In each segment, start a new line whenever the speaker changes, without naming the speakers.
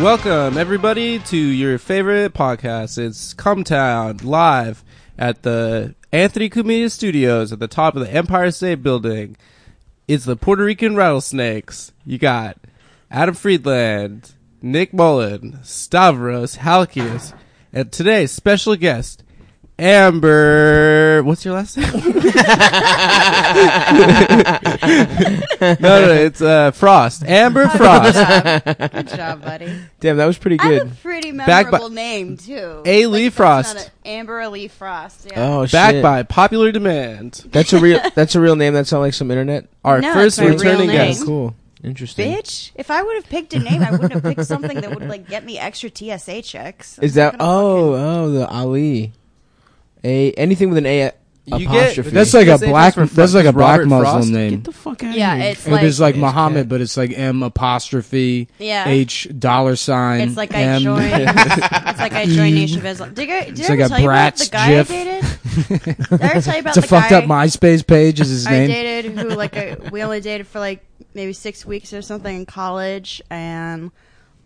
Welcome everybody to your favorite podcast. It's Cumtown live at the Anthony Cumia Studios at the top of the Empire State Building. It's the Puerto Rican Rattlesnakes. You got Adam Friedland, Nick Mullen, Stavros Halkias, and today's special guest, Amber. What's your last name? no, no, it's uh, Frost. Amber Frost.
Good job. Good job, buddy.
Damn, that was pretty
I have
good.
a pretty
Back by-
memorable name too.
A.
Like,
Lee
that's
Frost.
not a- Amber Lee Frost. Yeah.
Oh,
back
shit.
by popular demand.
That's a real. That's a real name. That sounds like some internet.
Our
No,
first
it's my real
returning
name.
guest.
Cool. Interesting.
Bitch! If I would have picked a name, I wouldn't have picked something that would like get me extra TSA checks. I'm
Is that?
not gonna
Oh, oh, the Ali. A anything with an A
You get-
apostrophe.
That's like a
Because they
black.
just refer-
That's like a
just
black
Robert
Muslim
Frost.
name.
Get the fuck out.
fucking- yeah, it's
It is
like,
like
It's
Muhammad,
cat.
but it's like M apostrophe
Yeah.
H dollar sign.
it's like I
M.
joined. it's like I joined Nation of Islam. Did I, did I
It's
ever
like a
tell you about the
Bratz
guy
gif.
I dated? Did I ever tell you about
It's a
the
fucked
guy
up MySpace page. Is his
I
name?
dated who like I, we only dated for like maybe six weeks or something in college, and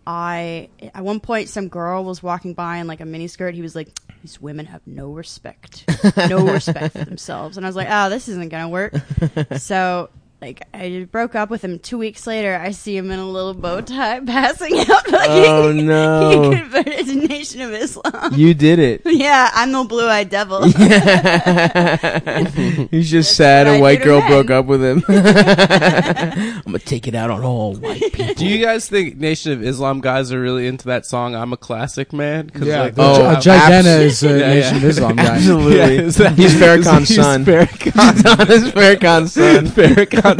I at one point some girl was walking by in like a miniskirt. He was like, "These women have no respect, no respect for themselves," and I was like, "Oh, this isn't gonna work." So. Like I broke up with him two weeks later. I see him in a little bow tie passing out. Like,
Oh,
he-
no.
He converted to Nation of Islam.
you did it.
yeah, I'm the blue-eyed devil.
He's just sad
That's what
a
I
white
do to
girl
men.
broke up with him. I'm gonna take it out on all white people.
Do you guys think Nation of Islam guys are really into that song? I'm a classic man. 'Cause, like,
Oh,
Oh,
uh,
abs-
Jigena is a
Yeah, yeah.
Nation of Islam guy.
Absolutely.
Yeah, is that-
He's Farrakhan's
he's
son.
Farrakhan's
He's Farrakhan's son.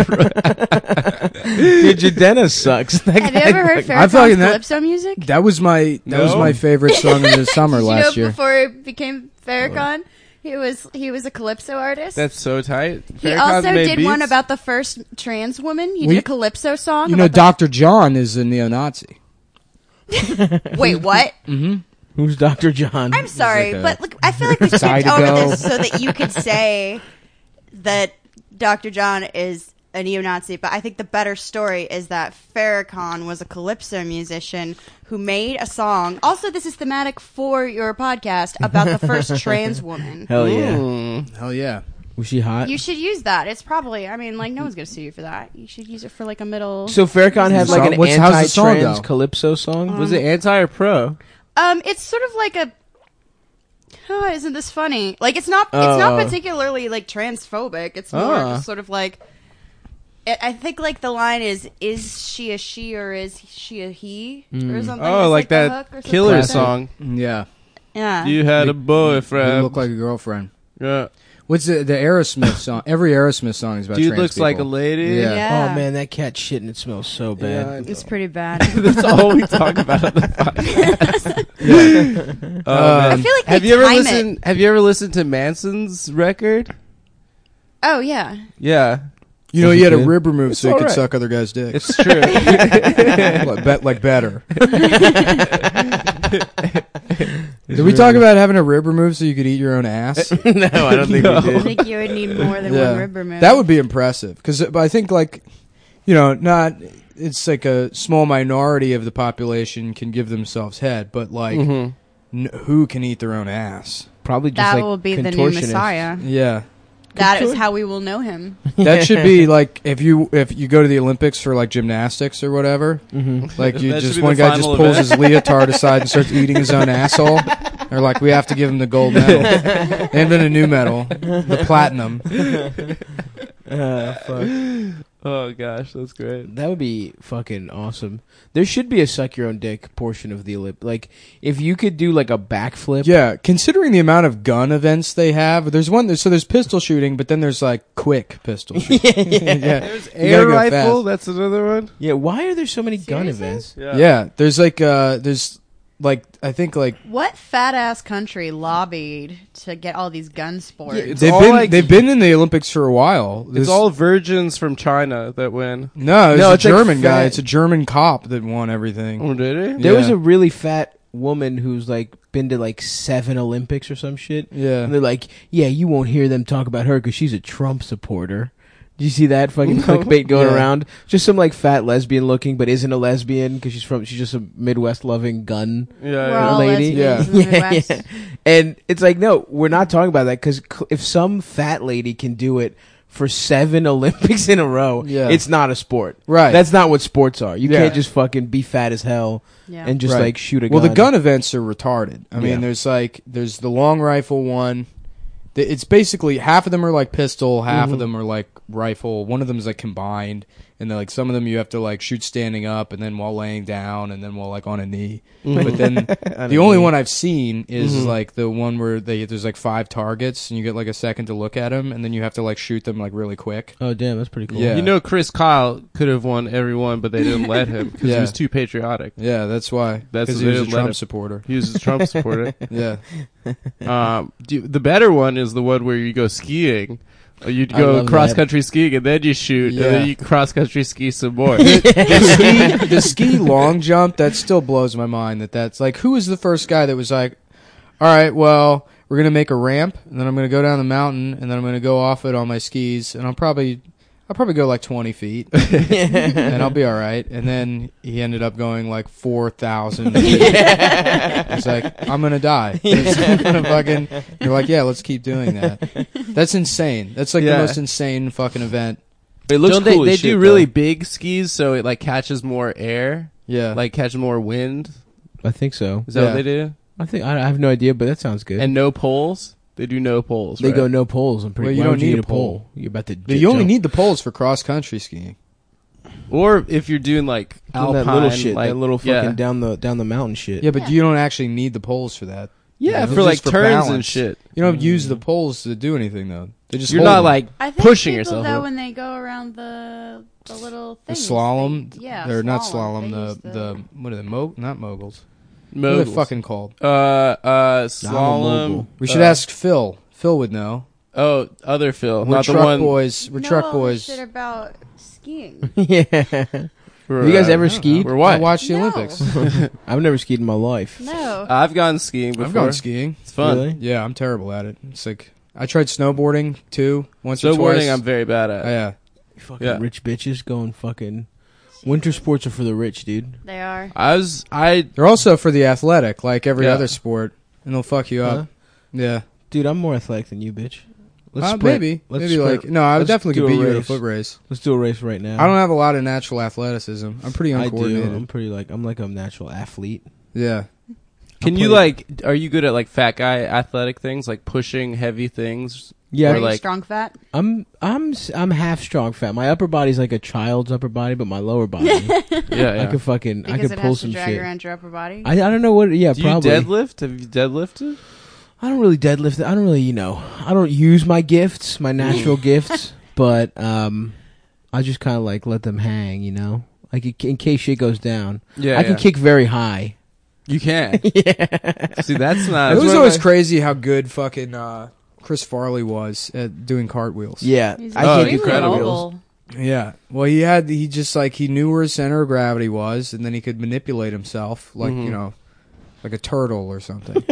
Dude, Jadena sucks. That
Have you
guy
ever heard
fucking-
I
Farrakhan's
feel like that-
calypso music?
That was my that was
No.
my favorite song of the summer
Did
last
you know
year.
Before he became Farrakhan, he was he was a calypso artist.
That's so tight.
he
Farrakhan
also
made
did one
beats?
about the first trans woman. He
We-
did a calypso song.
You know,
about
Doctor John is a neo-Nazi.
the- wait, what?
Who's Dr. John?
I'm sorry,
Mm-hmm. like a-
but look, I feel like we skipped
Side
over
ago.
this so that you could say that Dr. John is a neo-Nazi. But I think the better story is that Farrakhan was a calypso musician who made a song. Also, this is thematic for your podcast about the first trans woman.
Hell yeah.
Hmm.
Hell yeah!
Was she hot?
You should use that. It's probably. I mean, like no one's gonna sue you for that. You should use it for like a middle.
So Farrakhan had
the
like
song-
an
what's- how's the
anti-trans
song, though?
calypso song.
Was it anti or pro?
um, it's sort of like a. Oh, isn't this funny? Like it's not. It's
Oh.
not particularly like transphobic. It's more
Ah.
just sort of like. I I think like the line is "Is she a she or is she a he?" or something.
Oh,
It's
like
the
that
hook or something
killer
like that.
song.
Mm, Yeah,
Yeah.
You had a
you
boyfriend.
look like a girlfriend.
yeah.
What's the, the Aerosmith song? Every Aerosmith song is about
Dude
trans
looks like a
people.
lady.
Yeah.
Yeah.
Oh man, that cat shit and it smells so bad.
It's pretty bad.
That's all we talk about on the podcast. Oh, man.
I feel like
have
they
you ever
time it.
listened? Have you ever listened to Manson's record?
oh yeah.
Yeah,
You know, he had a
Good.
rib removed so he
all
could
right.
suck other guys' dicks.
it's true.
like, bet, like better. Did we talk about having a rib removed so you could eat your own ass?
no, I don't think we
I
did.
think you would need more than
Yeah.
one rib removed.
that would be impressive because I think like you know not it's like a small minority of the population can give themselves head, but like
Mm-hmm.
n- who can eat their own ass?
Probably just
that
like
will be the new
contortionist.
messiah.
Yeah,
That is how we will know him.
that should be like if you if you go to the Olympics for like gymnastics or whatever,
Mm-hmm.
like you
That should
just
be
one
the
guy just
final
pulls
event.
his leotard aside and starts eating his own asshole. They're like, we have to give him the gold medal. They invent a new medal, the platinum. Ah,
Uh, fuck.
oh gosh, that's great.
That would be fucking awesome. There should be a suck your own dick portion of the Olymp. Like if you could do like a backflip.
Yeah, considering the amount of gun events they have, there's one. So there's pistol shooting, but then there's like quick pistol shooting. yeah,
There's
You
air
gotta go
rifle. That's another one.
Yeah, Why are there so many gun
Seriously?
events?
fast. Yeah, there's like uh, there's like I think like
What fat ass country lobbied to get all these gun sports?
Yeah, It's
they've
all
been
like-
they've been in the Olympics for a while.
It's all virgins from China that win.
no, it's
No,
a
it's like
German
fat-
guy. It's a German cop that won everything.
Oh, did he?
There was
Yeah.
a really fat woman who's like been to like seven Olympics or some shit.
Yeah.
And they're like, yeah, you won't hear them talk about her because she's a Trump supporter. Did you see that fucking
No.
clickbait going
Yeah.
around? Just some like fat lesbian looking, but isn't a lesbian because she's from she's just a Midwest loving gun
We're all
lady.
lesbians in the Midwest.
And it's like, no, we're not talking about that because cl- if some fat lady can do it for seven Olympics in a row,
Yeah.
it's not a sport.
Right.
That's not what sports are. You
Yeah.
can't just fucking be fat as hell
Yeah.
and just
Right.
like shoot a
well,
gun.
the gun events are retarded. I mean,
Yeah.
there's like there's the long rifle one. Th- It's basically half of them are like pistol, half
Mm-hmm.
of them are like rifle. One of them is like combined, and then like some of them you have to like shoot standing up, and then while laying down, and then while like on a knee.
Mm-hmm.
But then the only one I've seen is like the one where they there's like five targets, and you get like a second to look at them, and then you have to like shoot them like really quick.
Oh damn, that's pretty cool.
Yeah.
You know, Chris Kyle could have won every one, but they didn't let him because
Yeah.
he was too patriotic.
Yeah, that's why.
That's
because
what
he was
they
a
didn't let him.
Trump supporter.
He was a Trump supporter.
Yeah,
um, do, the better one is the one where you go skiing. Uh, You'd
I
go
love
cross
that.
country skiing and then you shoot,
Yeah.
and then you cross country ski some more.
the ski, the ski long jump that still blows my mind that that's like who was the first guy that was like all right well we're gonna make a ramp and then i'm gonna go down the mountain and then i'm gonna go off it on my skis and i'll probably i'll probably go like 20 feet and i'll be all right and then he ended up going like 4000 feet. it's like i'm gonna die It's gonna fucking, you're like yeah let's keep doing that that's insane that's like
Yeah.
the most insane fucking event
But it looks
Don't
cool
they, they
as shit,
do really
though.
big skis so it like catches more air,
yeah
like catches more wind?
I think so.
Is that
Yeah.
what they do?
I think I, I have no idea, but that sounds good.
And no poles? They do no poles.
they
right?
go no poles. I'm pretty.
Well, you
why
don't
would
need a
pole.
pole.
You're about to.
But you only need the poles for cross country skiing.
Or if you're doing like
Doing
alpine,
that little shit,
like
that little fucking
yeah.
down the down the mountain shit.
Yeah, but you don't actually need the poles for that.
yeah,
Just
for like
for
turns and
balance.
shit.
You don't use the poles to do anything though. They just
Mm-hmm. You're
hold
not
them.
like
I think
pushing
people,
yourself.
though
up.
when they go around the the little
the
thing.
slalom.
yeah,
they're not
slalom. They
slalom. The,
use
the what are they? Mo- not moguls. What are
Moguls.
they fucking called?
uh uh
I'm a mogul.
slalom.
We should
uh,
ask Phil. Phil would know.
Oh, other Phil,
We're
not the
truck
one.
boys. We're
no
truck boys.
Shit about skiing.
Yeah.
We're,
Have you guys
uh,
ever skied?
We're what?
I watched the
No.
Olympics.
I've never skied in my life.
no.
I've gone skiing before.
I've gone skiing.
It's fun.
Really?
Yeah, I'm terrible at it. It's like I tried snowboarding too once or twice. Oh,
Snowboarding, I'm very bad at.
yeah,
You fucking
Yeah.
rich bitches going fucking. Winter sports are for the rich, dude.
They are.
I was I
they're also for the athletic, like every
Yeah. Uh-huh.
other sport, and they'll fuck you
Huh?
up. Yeah.
Dude, I'm more athletic than you, bitch.
Uh,
sprint.
maybe,
Let's
maybe
sprint.
like no, I
Let's
would definitely
do
could
a
beat you at a
race.
foot race.
Let's do a race right now.
I don't have a lot of natural athleticism. I'm pretty
I do.
uncoordinated.
I'm pretty like I'm like a natural athlete.
Yeah,
Can you
play-
like? Are you good at like fat guy athletic things, like pushing heavy things?
Yeah,
are you
like-
strong fat?
I'm I'm s- I'm half strong fat. My upper body's like a child's upper body, but my lower body,
Yeah,
I
yeah.
could fucking
Because
I could
it
pull
has
some
to drag
shit.
around your upper body.
I I don't know what. Yeah,
Do you
probably.
deadlift? Have you deadlifted?
I don't really deadlift. I don't really, you know, I don't use my gifts, my natural gifts, but um, I just kind of like let them hang, you know. Like in- in case shit goes down,
Yeah,
I can
yeah.
kick very high.
You can. See, that's not.
it was
one of
always
my-
crazy how good fucking uh, Chris Farley was at doing cartwheels.
Yeah,
He's
Oh,
I
extremely
can do
incredible.
cartwheels.
mobile.
yeah. Well, he had he just like he knew where his center of gravity was, and then he could manipulate himself, like
Mm-hmm.
Mhm.
you know, like a turtle or something,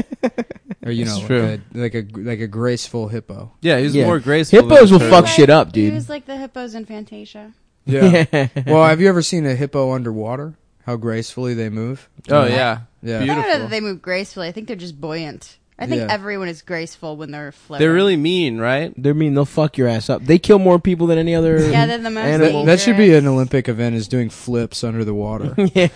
or you
It's
know,
true.
like a like a like a graceful hippo.
Yeah, he was
Yeah.
more graceful. than
Hippos will
turtles.
fuck shit up,
He
dude.
was like the hippos in Fantasia.
Yeah. well, have you ever seen a hippo underwater? How gracefully they move.
Oh yeah,
Yeah.
I don't know
Beautiful.
that they move gracefully. I think they're just buoyant. I think
Yeah.
everyone is graceful when they're floating.
they're really mean, right?
They mean they'll fuck your ass up. They kill more people than any other.
Yeah, they're the most
animal.
That should be
dangerous.
an Olympic event is doing flips under the water.
yeah,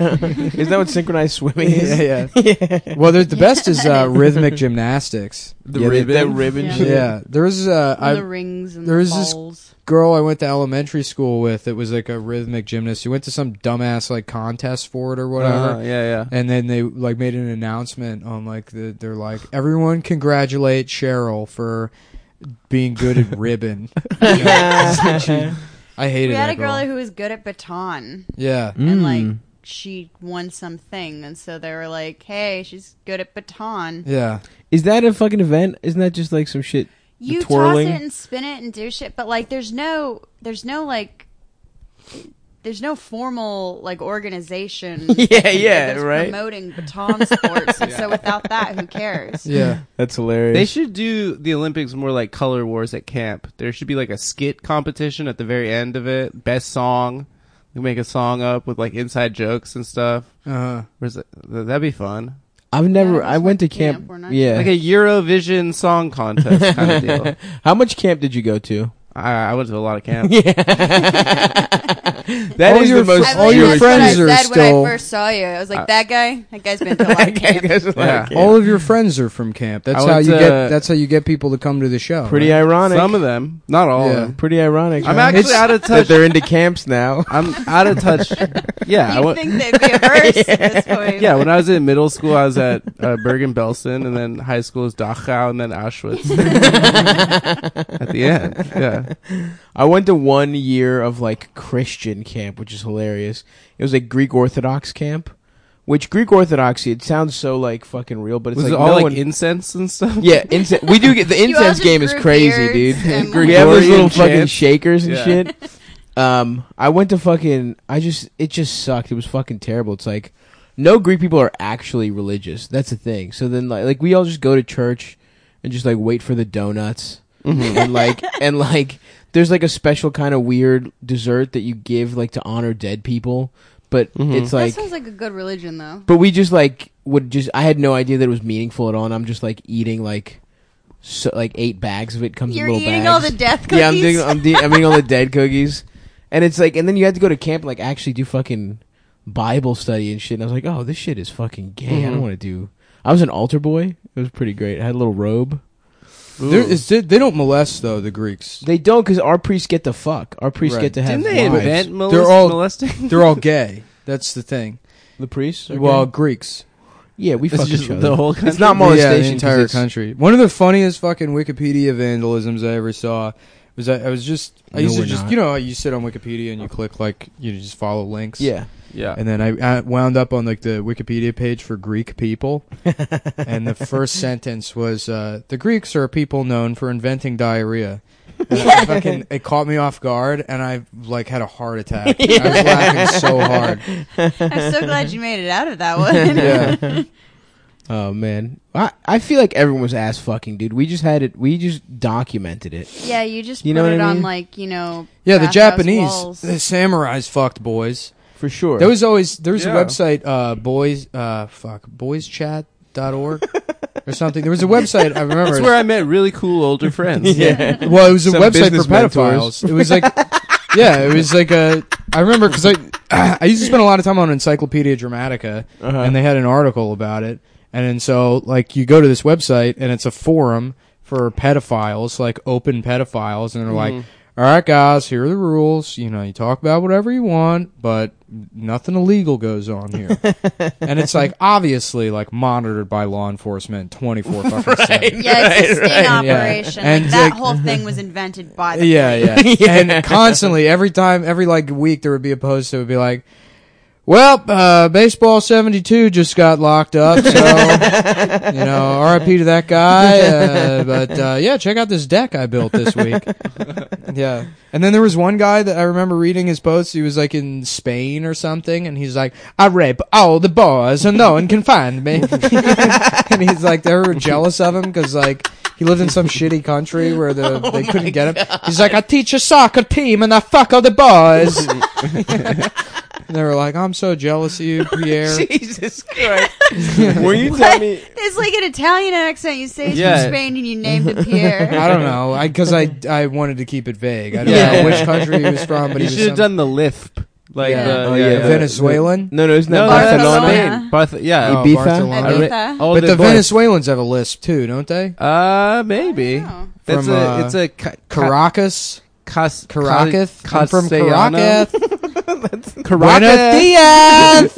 is that what synchronized swimming is?
yeah, yeah. Well, there's- the best is uh, rhythmic gymnastics.
The Uh-huh.
Yeah, they-
ribbon.
that ribbon
Yeah.
shit.
Yeah, there was uh,
And the
a
rings and
there
the
is this-
balls.
girl I went to elementary school with that was like a rhythmic gymnast. She went to some dumbass like contest for it or whatever.
Uh-huh, yeah, yeah.
And then they like made an announcement on like the, they're like everyone congratulate Cheryl for being good at ribbon. You know, she- I hated
We had
that
a girl
girl.
who was good at baton,
yeah,
and
Mm.
like she won something, and so they were like, "Hey, she's good at baton."
yeah.
Is that a fucking event? Isn't that just like some shit?
You toss
twirling?
it and spin it and do shit, but like, there's no, there's no like there's no formal like organization.
Yeah, yeah,
that's
right.
Promoting baton sports, and so without that, who cares?
Yeah.
That's hilarious.
They should do the Olympics more like color wars at camp. There should be like a skit competition at the very end of it. Best song. We make a song up with like inside jokes and stuff.
Uh-huh.
Where's that? That'd be fun.
I've never.
that's
I went to
like camp
camp.
or not.
yeah.
Like a Eurovision song contest kind of deal.
How much camp did you go to?
I, I went to a lot of camp.
Yeah. that
All
is
your-
the most.
I
all
believe
your
that's
friends
what
are
I said
still- Uh,
When I first saw you, I was like, "That guy, that guy's been to a lot of camp."
Yeah. Oh,
All of your friends are from camp. That's
I
how
went
you
to-
get. That's how you get people to come to the show.
uh, Pretty
right?
ironic.
Some of them, not all.
Yeah.
Of them.
Pretty ironic.
I'm
huh?
actually out of
that
touch.
they're into camps now.
I'm out of touch. Yeah, I
You
went,
think they'd be averse at this point?
yeah. When I was in middle school, I was at uh, Bergen Belsen, and then high school is Dachau, and then Auschwitz. at the end, yeah.
I went to one year of like Christian camp, which is hilarious. It was like Greek Orthodox camp, which Greek Orthodoxy. It sounds so like fucking real, but it's
Was
like
it all
no
like
one.
incense and stuff?
yeah, incense. We do get the
You all
incense
just
game is
grew
crazy,
beards and,
dude.
like-
we have those
Gregorian
little fucking
chants.
shakers and
Yeah.
shit. Um, I went to fucking. I just it just sucked. It was fucking terrible. It's like no Greek people are actually religious. That's the thing. So then like like we all just go to church and just like wait for the donuts and like and like there's like a special kind of weird dessert that you give like to honor dead people, but it's like
that sounds like a good religion, though.
but we just like would just. I had no idea that it was meaningful at all, and I'm just like eating like, so, like eight bags of it comes
You're
in little
eating
bags.
all the death cookies.
Yeah, I'm doing. I'm, de- I'm eating all the dead cookies, and it's like, and then you had to go to camp and like actually do fucking Bible study and shit. And I was like, oh, this shit is fucking gay. I don't want to do. I was an altar boy. It was pretty great. I had a little robe.
There is- they, they don't molest though the Greeks.
They don't because our priests get to fuck. Our priests
Right.
get to have.
Didn't they
wives.
invent molest-
They're all-
molesting?
They're all gay. That's the thing.
the priests? are
Well,
gay?
Greeks.
yeah, we
It's
fuck
just
each other.
the whole country.
it's not molestation.
yeah, the
'cause
entire
it's-
country. One of the funniest fucking Wikipedia vandalisms I ever saw was I, I was just I
No,
used to
we're
just
not.
you know how you sit on Wikipedia and you click like you just follow links.
Yeah,
yeah.
And then I, I wound up on like the Wikipedia page for Greek people, and the first sentence was uh, the Greeks are a people known for inventing diarrhea. And I fucking, it caught me off guard, and I like had a heart attack. I was laughing so hard.
I'm so glad you made it out of that one.
Yeah,
Oh man, I I feel like everyone was ass fucking, dude. We just had it. We just documented it.
yeah, you just
You
put
know
it
what I
on
mean?
like you know.
yeah. The
bathhouse
Japanese
walls.
the samurais fucked boys.
For sure.
There was always there was
Yeah.
a website uh, boys uh, fuck boyschat.org or something. There was a website I remember.
That's where I met really cool older friends.
yeah.
Well, it was a
Some
website
business
for pedophiles. It was like, yeah, it was like a. I remember because I I used to spend a lot of time on Encyclopedia Dramatica,
Uh-huh.
and they had an article about it, and then so like you go to this website and it's a forum for pedophiles, like open pedophiles, and they're like.
Mm-hmm.
All right, guys. Here are the rules. You know, you talk about whatever you want, but nothing illegal goes on here. and it's like obviously like monitored by law enforcement twenty four fucking seven.
Yeah, it's a sting
Yeah.
operation.
And,
Like, that
like-
whole thing was invented by the
Yeah,
police.
yeah. And constantly, every time, every like week, there would be a post that would be like, "Well, uh, baseball '72 just got locked up, so you know, R.I.P. to that guy." Uh, but uh, yeah, check out this deck I built this week. yeah. And then there was one guy that I remember reading his post. He was like in Spain or something, and he's like, "I rape all the boys, and no one can find me." and he's like, they were jealous of him because like. He lived in some shitty country where the, they couldn't get him. He's like, I teach a soccer team and I fuck all the boys. and they were like, I'm so jealous of you, Pierre.
Jesus Christ. Were you telling me?
It's like an Italian accent. You say it's
Yeah.
from Spain and you named it Pierre.
I don't know. I because I I wanted to keep it vague. I don't
Yeah.
know which country he was from, but
you
he
should
was
have done the lisp, like
Yeah.
the
Oh, yeah.
yeah, the-
Venezuelan.
No, no, it's
No,
not
that's
Barcelona.
Spain. Barth- yeah,
Oh, Ibiza?
Barcelona.
I re-
Ibiza?
all
but
the
the
boys.
Venezuelans have a lisp too, don't they?
Uh, maybe.
know.
That's
From,
a.
uh,
it's a ca- ca-
Caracas,
cas-
Caracas.
ca-
I'm from
castellano.
Caracas. Buenos
Caracas.
dias.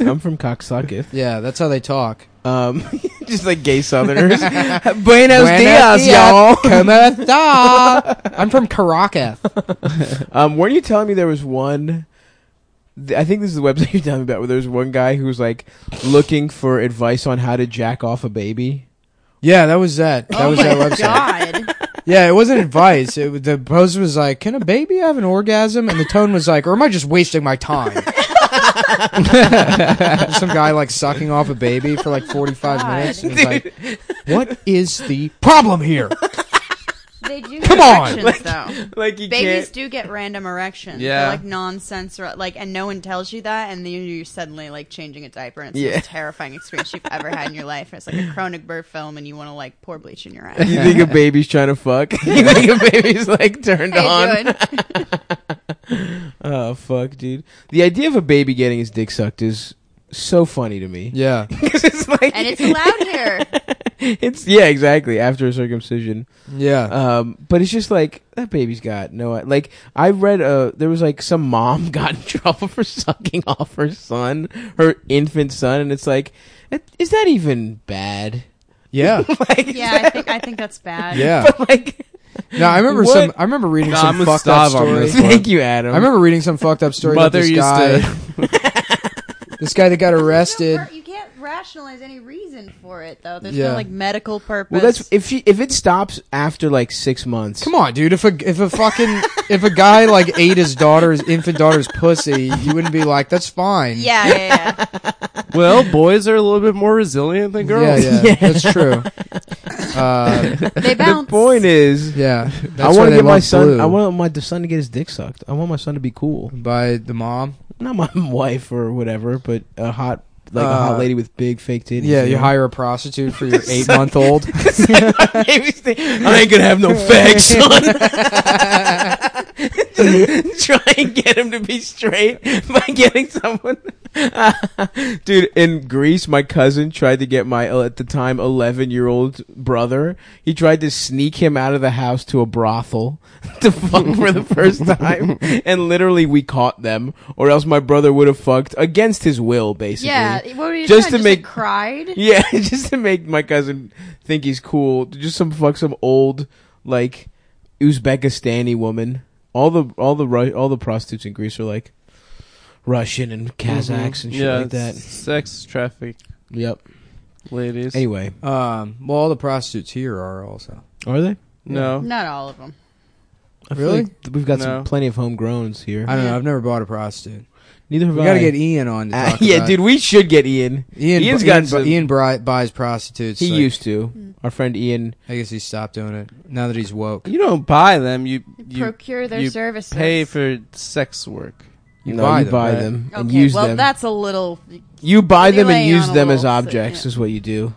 I'm from cocksucketh.
Yeah, that's how they talk.
Um, just like gay Southerners. Buenos,
Buenos
dias, y'all.
Como esta? I'm from Caracas.
Um, weren't you telling me there was one? th- I think this is the website you're telling me about where there was one guy who was like looking for advice on how to jack off a baby.
Yeah, that was that. That
oh
was
my
that website.
god!
Yeah, it wasn't advice. It, was- the post was like, "Can a baby have an orgasm?" And the tone was like, "Or am I just wasting my time?" Some guy like sucking off a baby for like forty five
God.
minutes. And he's like, "What is the problem here?"
They do
Come on!
erections though.
like you
Babies
can't.
do get random erections.
Yeah.
They're like nonsensoral, like, and no one tells you that, and then you're suddenly like changing a diaper, and it's the
Yeah.
most terrifying experience you've ever had in your life. It's like a Cronenberg film, and you want to like pour bleach in your eyes.
You think a baby's trying to fuck? you think a baby's like turned on?
How you doing?
Oh fuck, dude! The idea of a baby getting his dick sucked is so funny to me.
Yeah,
'Cause it's like,
And it's allowed here.
it's yeah, exactly. After a circumcision,
yeah.
um, but it's just like that baby's got no. Like I read, uh, there was like some mom got in trouble for sucking off her son, her infant son, and it's like, it- is that even bad?
Yeah,
like,
Yeah, I think I think that's bad.
yeah.
but like,
No, I remember
What?
some. I remember reading
Nah, I'm
some
gonna
fucked up
stop on
story.
this one.
thank you, Adam.
I remember reading some fucked up story about
Mother
this
used
guy.
to.
This guy that got arrested.
You can't rationalize any reason for it though. There's
Yeah.
no like medical purpose.
Well, that's if she if it stops after like six months.
Come on, dude. If a if a fucking if a guy like ate his daughter's infant daughter's pussy, you wouldn't be like, "That's fine."
yeah, yeah, yeah.
Well, boys are a little bit more resilient than girls.
Yeah, yeah, that's true. Uh,
They
The
bounce.
point is,
yeah,
I want to get my son. I want my d- son to get his dick sucked. I want my son to be cool,
by the mom.
not my wife or whatever, but a hot like a
Uh,
hot lady with big fake titties.
Yeah, you
know?
hire a prostitute for your eight month old.
Baby's thing, I ain't gonna have no fag, son. Try and get him to be straight by getting someone. Dude, in Greece, my cousin tried to get my uh, at the time eleven year old brother. He tried to sneak him out of the house to a brothel to fuck for the first time, and literally we caught them, or else my brother would have fucked against his will, basically.
yeah. What were you
Just
trying?
to
like,
make-
cried.
Yeah, just to make my cousin think he's cool. Just some fuck some old like Uzbekistani woman. All the all the Ru- all the prostitutes in Greece are like Russian and Kazakhs and shit
Yeah,
like that.
s- Sex traffic,
Yep.
ladies.
Anyway,
Um, well, all the prostitutes here are also.
are they?
No.
Not all of them.
I feel
Really?
like th- we've got
No.
some plenty of homegrowns here.
I don't know. I've never bought a prostitute.
Neither have
We
I.
gotta get Ian on. To
Uh,
talk
yeah,
about
dude,
It.
we should get Ian.
Ian,
Ian's
Ian,
got
bu-
some-
Ian bri- buys prostitutes.
He
like-
used to.
Hmm.
Our friend Ian.
I guess he stopped doing it now that he's woke.
You don't buy them. You you
Procure their
you
services.
pay for sex work.
You
no,
buy
you
them,
buy
right?
them and
Okay,
use
well,
them.
that's a little.
you buy them and
Laying on
use
a
them as
little-
objects
yeah.
is what you do.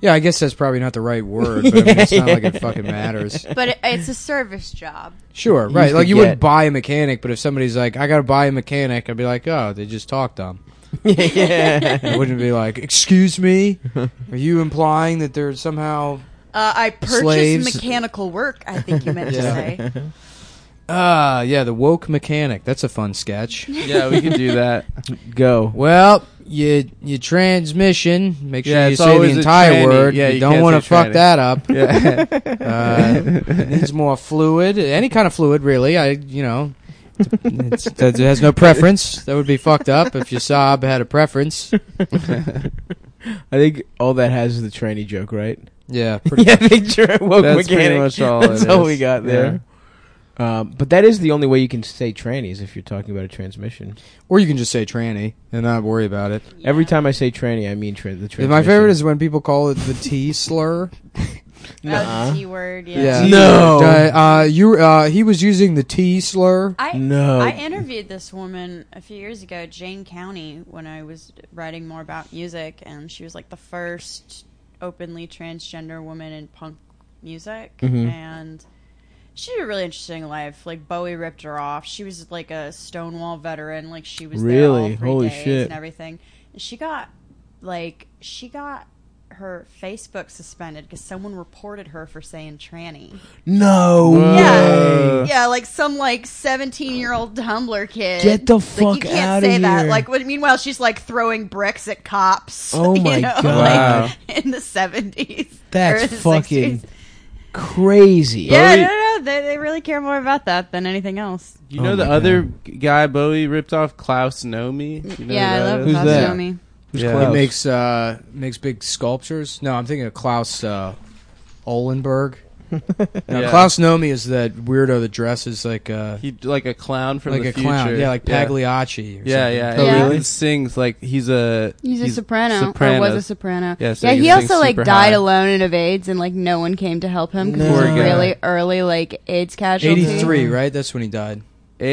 Yeah, I guess that's probably not the right word, but I mean, it's not like it fucking matters.
But it, it's a service job.
Sure,
You
right.
used
Like
to
you
get-
wouldn't buy a mechanic, but if somebody's like, "I gotta buy a mechanic," I'd be like, "Oh, they just talk dumb."
yeah.
I wouldn't be like, "Excuse me, are you implying that they're somehow?"
Uh, I purchased
Slaves.
mechanical work. I think you meant to
Yeah.
say.
Ah, yeah, the woke mechanic. That's a fun sketch.
Yeah, we can do that.
Go.
Well, you you transmission. Make sure
Yeah,
you
it's
say the
always a tranny.
entire word.
Yeah,
you,
you
don't
can't
want to
say
fuck
tranny.
that up.
Yeah.
Uh, it needs more fluid, any kind of fluid, really. I, you know, it's, it has no preference. That would be fucked up if your sob had a preference.
I think all that has is the tranny joke, right?
Yeah, pretty
yeah, they sure woke
That's pretty
mechanic.
much all.
That's
it
all
is.
we got
Yeah.
there. Um, but that is the only way you can say trannies if you're talking about a transmission.
Or you can just say tranny and not worry about it.
Every time I say tranny, I mean tra- the transmission.
My favorite is when people call it the T slur.
That was
Nuh-uh.
the T word. Yeah.
No.
Uh, uh, you. Uh, he was using the T slur.
I
No.
I interviewed this woman a few years ago, Jane County, when I was writing more about music, and she was like the first openly transgender woman in punk music,
Mhm.
and she had a really interesting life. Like Bowie ripped her off. She was like a Stonewall veteran. Like she was there
Really?
all three
Holy
days
shit.
and everything. And she got like she got her Facebook suspended because someone reported her for saying tranny.
no.
Yeah,
Whoa.
yeah, like some like seventeen-year-old Tumblr kid.
Get the
Like,
fuck
you can't
outta
say that.
here.
Like, what- meanwhile, she's like throwing bricks at cops.
Oh
you
my
know,
God.
Wow.
Like, in the seventies,
That's
or the
fucking
60s.
crazy.
Yeah,
Bowie-
no, no, they, they really care more about that than anything else.
You
Oh
know
my
the
God.
other g- guy Bowie ripped off, Klaus Nomi. You know
yeah,
who that
I love
is?
Who's
Klaus
that?
Nomi.
Who's
Yeah.
Klaus?
He makes uh, makes big sculptures. No, I'm thinking of Klaus uh, Olenberg. Now,
Yeah.
Klaus Nomi is that weirdo that dresses like uh,
He like a clown from
like
the
a
future.
clown. Yeah, like Pagliacci. Or
Yeah,
something.
yeah.
Oh,
yeah.
really?
He sings like he's a
He's, a soprano, or was a soprano.
Yeah, so
yeah.
you
He
sing
also like
super
died
high.
alone and of AIDS, and like no one came to help him because
Poor
it was
guy.
really early like AIDS casualty.
Eighty-three, right? That's when he died.
A-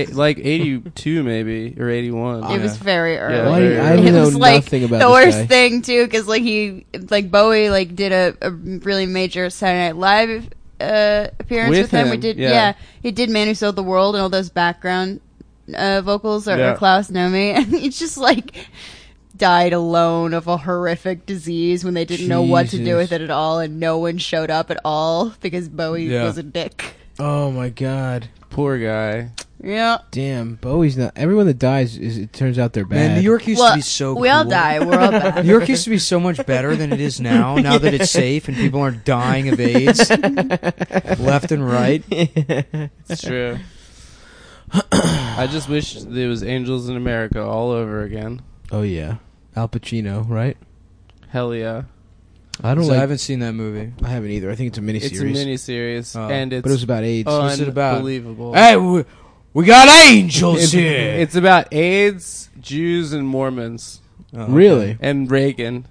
Eh, like eighty two maybe or eighty one.
It was very early.
Why do you- I
it
know
was like
nothing about
the
this
worst
guy.
thing too, because like he, like Bowie, like did a, a really major Saturday Night Live uh, appearance
With
with, him.
him,
We did,
yeah.
yeah. he did "Man Who Sold the World" and all those background uh, vocals are
Yeah.
are Klaus Nomi, and he's just like died alone of a horrific disease when they didn't know what to do
Jesus.
with it at all, and no one showed up at all because Bowie
Yeah.
was a dick.
Oh my god.
Poor guy.
Yeah.
Damn, Bowie's not. Everyone that dies is. It turns out they're bad.
Man, New York used
Well,
to be so.
we all
cool.
die. We're all bad.
New York used to be so much better than it is now. Now that it's safe and people aren't dying of AIDS left and right.
It's true. I just wish there was angels in America all over again.
Oh yeah, Al Pacino, right?
Hell yeah!
I
So
don't
I
like.
haven't seen that movie.
I haven't either. I think it's a miniseries,
It's a mini series,
Oh.
and it's Oh,
but it was about AIDS.
what's it about?
unbelievable.
Hey, we, we got angels
It's,
here.
it's about AIDS, Jews, and Mormons,
Oh, okay.
really?
and Reagan.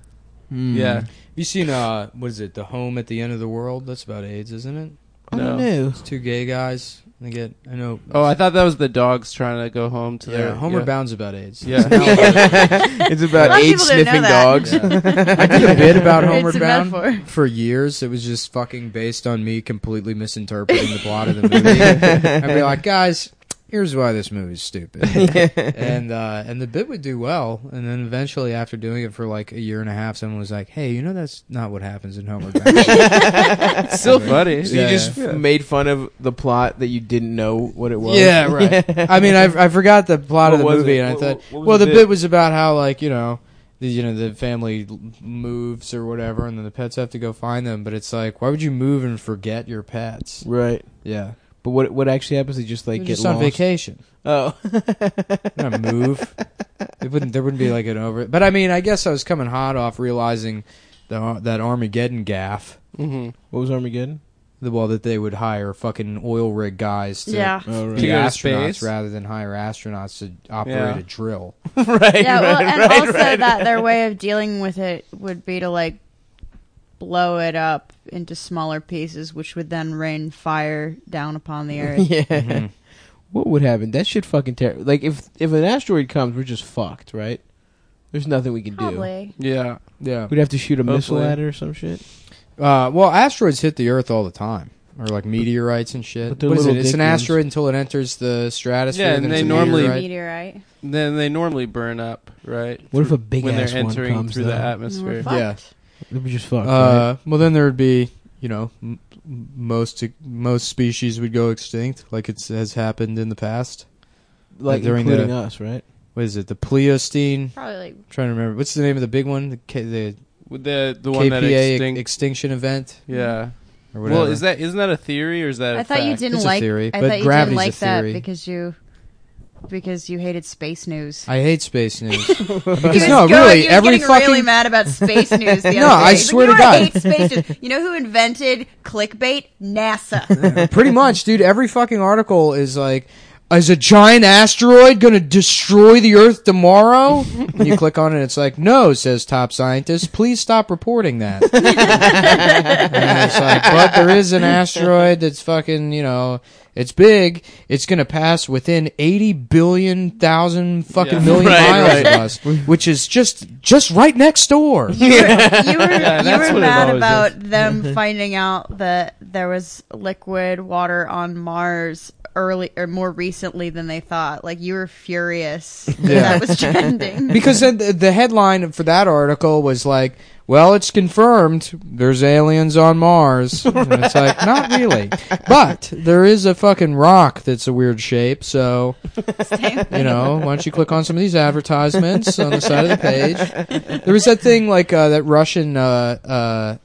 Hmm.
Yeah,
Have you seen uh, what is it? The Home at the End of the World. That's about AIDS, isn't it?
I
No.
don't know.
It's two gay guys. They get. I know.
Oh, I thought that was the dogs trying to go home to
yeah,
their
Homer
yeah.
Bounds about AIDS.
Yeah.
it's
A lot
about
of
AIDS
people don't know
sniffing
that.
dogs.
I did a bit about Homeward
It's a
Bound
metaphor.
for years. It was just fucking based on me completely misinterpreting the plot of the movie. I'd be like, guys, here's why this movie's stupid. and uh, and the bit would do well. And then eventually, after doing it for like a year and a half, someone was like, hey, you know that's not what happens in Homeward Bound.
It's still funny.
So you just f- made fun of the plot that you didn't know what it was.
yeah, right. I mean, I, I forgot the plot of
What
the
was
movie,
it?
and I
What-
thought,
what was
well,
the
the bit?
bit?
was about how like you know. The, you know the family l- moves or whatever, and then the pets have to go find them. But it's like, why would you move and forget your pets?
right.
Yeah,
But what what actually happens? They just
they
like
are
get
just
lost.
on vacation.
Oh,
They're Not move. it wouldn't. There wouldn't be like an over. But I mean, I guess I was coming hot off realizing the, that Armageddon gaff.
hmm
what was Armageddon?
The well that they would hire fucking oil rig guys to
yeah.
Oh,
be
To go to
astronauts
space?
rather than hire astronauts to operate
Yeah.
a drill.
right.
yeah, well,
right,
and
right,
also
right.
that their way of dealing with it would be to like blow it up into smaller pieces, which would then rain fire down upon the earth.
yeah.
Mhm.
What would happen? That shit fucking terrible. Like if if an asteroid comes, we're just fucked, right? There's nothing we can do.
Probably.
Yeah,
Yeah.
We'd have to shoot a missile
Hopefully.
at it or some shit.
Uh, well, asteroids hit the Earth all the time, or like meteorites and shit.
But they're
What is it?
little
It's an
dick ones.
asteroid until it enters the stratosphere.
Yeah,
then
and they
it's a
normally-
meteorite.
Meteorite.
then they normally burn up, right?
What if a big
when
ass
they're entering
one comes
through
though?
the
And we're
atmosphere?
fucked.
Yeah.
We'd be just fucked. right?
Uh, well, then there would be, you know, m- m- most most species would go extinct, like it's has happened in the past.
Like
during
including
the-
us, right?
What is it? The Pleistocene.
Probably like
I'm trying to remember what's the name of the big one, the, K- the,
With the the one
KPA
that
ex-
extinct.
extinction event
yeah.
or whatever.
Well, is that isn't that a theory or is that? a
I thought you
fact?
didn't
It's a
like
theory,
I
but
thought you
gravity's
didn't
a
like that
theory.
because you because you hated space news.
I hate space news.
He was
because no,
going-
really,
he was
every
getting
fucking
really mad about space news. The other day.
No, I
He's
swear
like, you
to
know, I
God.
hate space news. You know who invented clickbait? NASA.
pretty much, dude. Every fucking article is like. Is a giant asteroid going to destroy the Earth tomorrow? and you click on it, it's like, no, says top scientist. Please stop reporting that. And it's like, but there is an asteroid that's fucking, you know, it's big. It's going to pass within 80 billion thousand fucking
Yeah.
million
Right,
miles
right.
of us, which is just just right next door.
you were, you
that's
were
what it
mad
always
about them finding out that there was liquid water on Mars early or more recently than they thought. Like you were furious
Yeah.
that that was trending.
because then the, the headline for that article was like, "Well, it's confirmed there's aliens on Mars." And it's like, not really, but there is a fucking rock that's a weird shape. So you know, why don't you click on some of these advertisements on the side of the page? There was that thing like uh, that Russian uh, uh,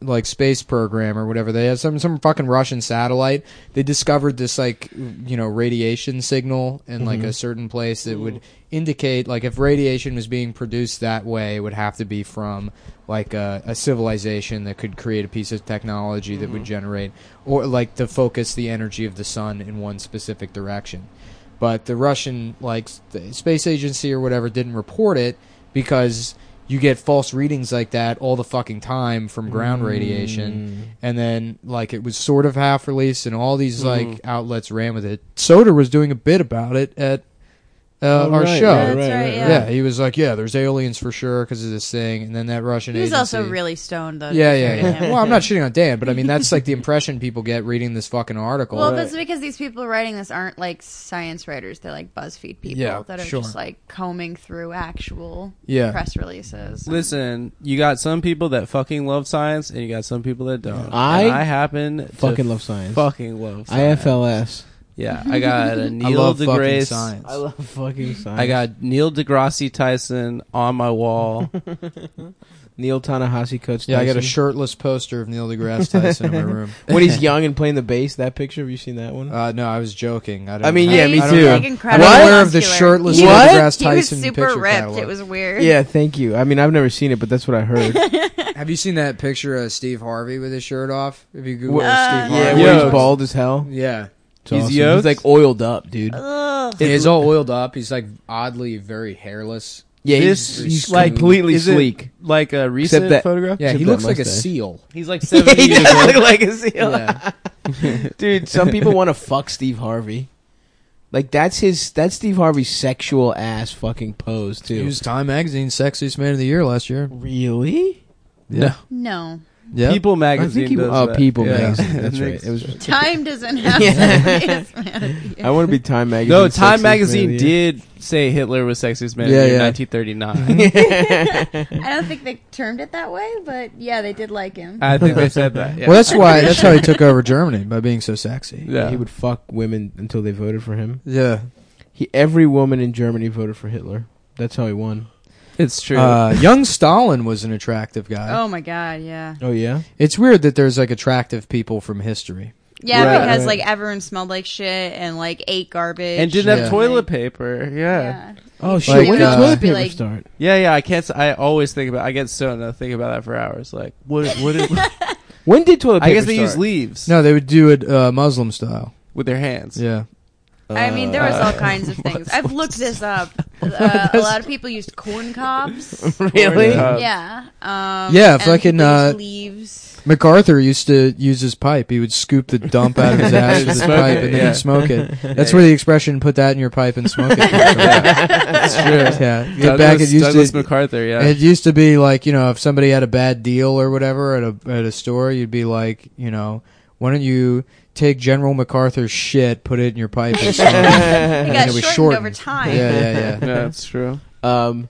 like space program or whatever they had some some fucking Russian satellite they discovered this like you know radiation signal in like a certain place that would indicate like if radiation was being produced that way it would have to be from like a, a civilization that could create a piece of technology that would generate or like to focus the energy of the sun in one specific direction but the Russian like s- the space agency or whatever didn't report it because you get false readings like that all the fucking time from
Mm.
ground radiation and then like it was sort of half released and all these like
Mm-hmm.
outlets ran with it soder was doing a bit about it at uh,
Oh,
our
right,
show
Yeah, that's right,
yeah.
yeah.
he was like yeah there's aliens for sure because of this thing and then that russian
He was also
agency-
really stoned though.
yeah yeah, yeah.
Him.
well i'm not shitting on dan but i mean that's like the impression people get reading this fucking article
Well,
Right.
that's because these people writing this aren't like science writers. They're like BuzzFeed people
Yeah,
that are
sure.
just like combing through actual
Yeah.
press releases.
Listen, you got some people that fucking love science, and you got some people that don't.
I
And I happen to
fucking love science.
fucking love science.
IFLS.
Yeah, I got a
i
Neil
love fucking
deGrasse.
science
I love fucking science.
I got Neil deGrasse Tyson on my wall.
Neil Tanahashi coach.
Yeah, I got a
Tyson.
shirtless poster of Neil deGrasse Tyson in my room.
when he's young and playing the bass. That picture. Have you seen that one?
Uh, no, I was joking. I, don't
I mean,
And
yeah,
he
me
was,
too.
Like,
What?
I'm
incredibly
not aware of the
muscular.
shirtless
He
Neil
was-
deGrasse
He was
Tyson
super
picture
ripped.
catalog.
It was weird.
yeah, thank you. I mean, I've never seen it, but that's what I heard.
Have you seen that picture of Steve Harvey with his shirt off? If you Google
Uh,
Steve
yeah,
Harvey,
where
Yoked.
he's bald as hell.
yeah,
It's
He's
awesome.
yoked?
He's like oiled up, dude.
Ugh.
Yeah, he's all oiled up. He's like oddly very hairless.
Yeah,
This
he's, he's
like,
completely
is it
sleek.
like a recent
Except that
photograph.
Yeah,
Except
he
that
looks like a
mustache.
seal.
He's like
Yeah,
seventy
he
years
does
old.
look like a seal.
Yeah.
Dude, some people want to fuck Steve Harvey. Like that's his that's Steve Harvey's sexual ass fucking pose too.
he was Time Magazine's sexiest man of the year last year.
really?
Yeah,
No,
yeah.
People
I
magazine.
think he
does
oh
that.
People
Yeah.
magazine. That's right.
Makes-
It was
time doesn't have.
Yeah.
sexiest man of the
I
year.
want to be Time magazine.
No, Time magazine did say Hitler was sexiest man
Yeah,
in
yeah.
1939.
I don't think they termed it that way, but yeah, they did like him.
I think they said that. Yeah.
Well, that's why. That's how he took over Germany by being so sexy.
yeah.
He would fuck women until they voted for him.
Yeah,
He every woman in Germany voted for Hitler. That's how he won.
it's true.
Uh, young Stalin was an attractive guy.
oh my god, yeah,
Oh yeah.
It's weird that there's like attractive people from history.
yeah,
Right,
because
right.
like everyone smelled like shit and like ate garbage
and didn't
Yeah.
have toilet paper. Yeah.
Yeah.
Oh shit.
Like,
when did
uh,
toilet
be
paper
like-
start?
yeah, yeah, I can't. s- I always think about. I get stoned. and I think about that for hours. Like, what? What? Did,
When did toilet paper
I guess they use
start?
leaves
No, they would do it uh, Muslim style.
with their hands.
Yeah.
I mean, there was all
Uh,
kinds of things. I've looked this up. Uh, a lot of people used corn cobs.
Really?
Yeah. Uh,
yeah. Um,
Yeah,
and
fucking,
people used
uh,
leaves.
MacArthur used to use his pipe. He would scoop the dump out of his ass with his
Smoke
pipe
it,
and then
yeah.
he'd smoke it. That's where the expression "put that in your pipe and smoke it." comes from.
That's true.
Yeah, get
Douglas,
back. It used
Douglas
to.
MacArthur. Yeah.
It used to be like you know if somebody had a bad deal or whatever at a at a store, you'd be like you know why don't you take General MacArthur's shit, put it in your pipe and smoke
It
it. and
got
it was
shortened, over
shortened.
time.
Yeah, yeah, yeah,
yeah, that's true.
Um,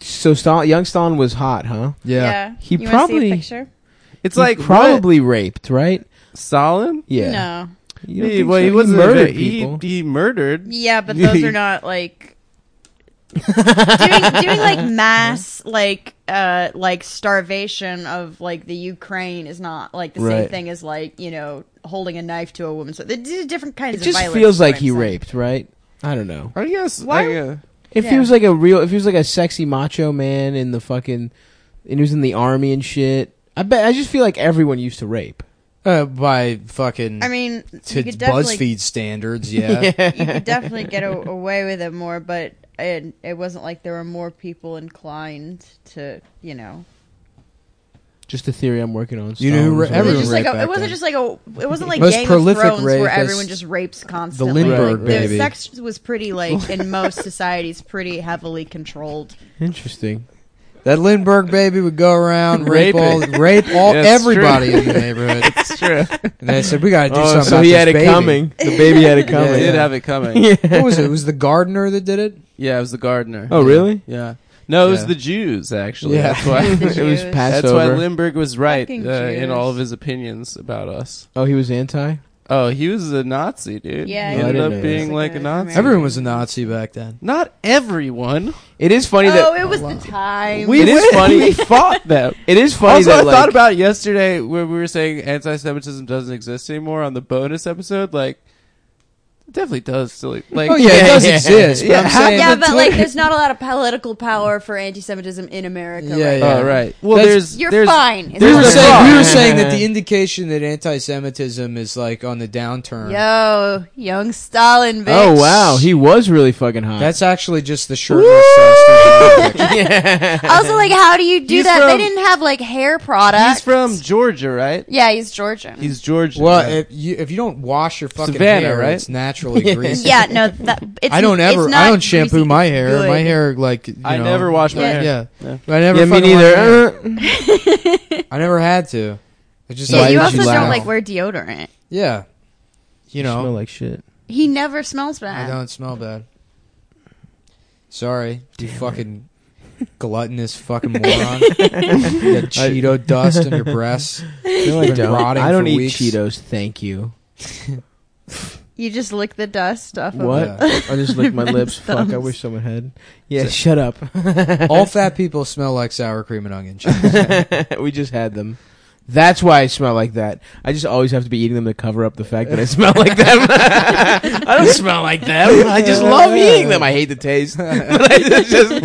so Stalin, young Stalin was hot, huh?
yeah.
He
You wanna see a
probably-
picture?
It's like probably
probably raped, right?
Stalin.
Yeah.
No.
You don't
He,
think
well,
so?
he wasn't
murdered
murdered. He,
people.
he murdered.
Yeah, but those are not like doing, doing like mass like uh like starvation of like the Ukraine is not like the same
Right.
thing as like you know holding a knife to a woman. So these are different kinds
it
of
just
violence.
feels
is what
like
I'm
he
saying.
raped, right? I don't know.
I guess. uh,
Why-
I guess.
If he
Yeah.
was like a real, if he was like a sexy macho man in the fucking, and he was in the army and shit, I bet I just feel like everyone used to rape.
Uh, by fucking
I mean,
to
you could definitely
BuzzFeed standards, yeah.
you could definitely get a- away with it more, but it, it wasn't like there were more people inclined to, you know.
Just a theory I'm working on.
You know who
Stalin was
ra-
a
It
everyone
was just
raped
like a,
back
it wasn't
then.
just like a it wasn't like
Most
Game of
prolific
Thrones
rape
where
is
everyone just rapes constantly.
Lindbergh
Like,
baby.
The sex was pretty like in most societies pretty heavily controlled.
Interesting.
That Lindbergh baby would go around
Rape
rape all,
it.
rape all
Yeah, it's
everybody in the neighborhood.
It's true.
And they said, "We got to do something."
so
about
he
this
had it
baby."
coming. The baby had it
He
coming.
did
Yeah.
have it coming. Yeah.
What was it? It was the gardener that did it.
it was the gardener.
Oh really?
Yeah. No, it was
Yeah.
the Jews actually.
Yeah.
That's why.
The
it was
Jews.
passed
That's why
over.
Lindbergh was right uh, in
Fucking Jews.
all of his opinions about us.
oh, he was anti.
Oh, he was a Nazi, dude.
Yeah,
he
I
ended
didn't
up
know
being
that.
like a
Like a
Nazi.
American-
Everyone was a Nazi back then.
Not everyone.
It is funny
oh,
that
it was the time.
We
It is
went-
funny.
We fought them.
it is funny
Also,
that
I
like,
thought about it yesterday when we were saying anti-Semitism doesn't exist anymore on the bonus episode. Like, it definitely does. Still, like,
Oh yeah, it does exist. But
Yeah,
I'm
how-
saying
yeah,
the
but like,
Twitter-
there's not a lot of political power for anti-Semitism in America.
Yeah,
right?
yeah.
Oh right. Well,
That's-
there's
You're
there's
fine. It's
we
There's
were
the
not-
saying we were
fuck.
saying that the indication that anti-Semitism is like on the downturn.
Yo, young Stalin, bitch.
oh wow, he was really fucking hot.
That's actually just the shirtless. uh, Stephen King
also, like, how do you do
He's
that?
from-
they didn't have like hair products.
He's from Georgia, right?
Yeah, he's Georgian.
He's Georgia.
picture. well,
right?
if you if you don't wash your fucking
Savannah,
hair,
right?
it's naturally greasy.
yeah, no, that, it's,
I don't
it's
ever.
not
I don't shampoo
greasy,
my
it's
hair.
good.
My hair like you
I
know,
never wash my
Yeah.
hair.
Yeah,
Yeah.
I never.
yeah, me
fucking wash my hair.
neither.
I never had to. I just
Yeah,
Why
you
did
also
you
don't
laugh?
like wear deodorant.
Yeah, you know,
smell like shit.
He never smells
I
bad.
don't smell bad. Sorry, you fucking gluttonous fucking moron. you got Cheeto dust on your breasts.
No, I
Been
don't.
rotting
I don't
for
eat
weeks.
Cheetos. Thank you.
You just lick the dust off.
What?
Yeah.
I just licked my
Man's
lips. Fuck.
thumbs.
I wish someone had. Yeah. shut up.
All fat people smell like sour cream and onion. chips.
we just had them. That's why I smell like that. I just always have to be eating them to cover up the fact that I smell like them. I don't smell like them. I just love eating them. I hate the taste, but I just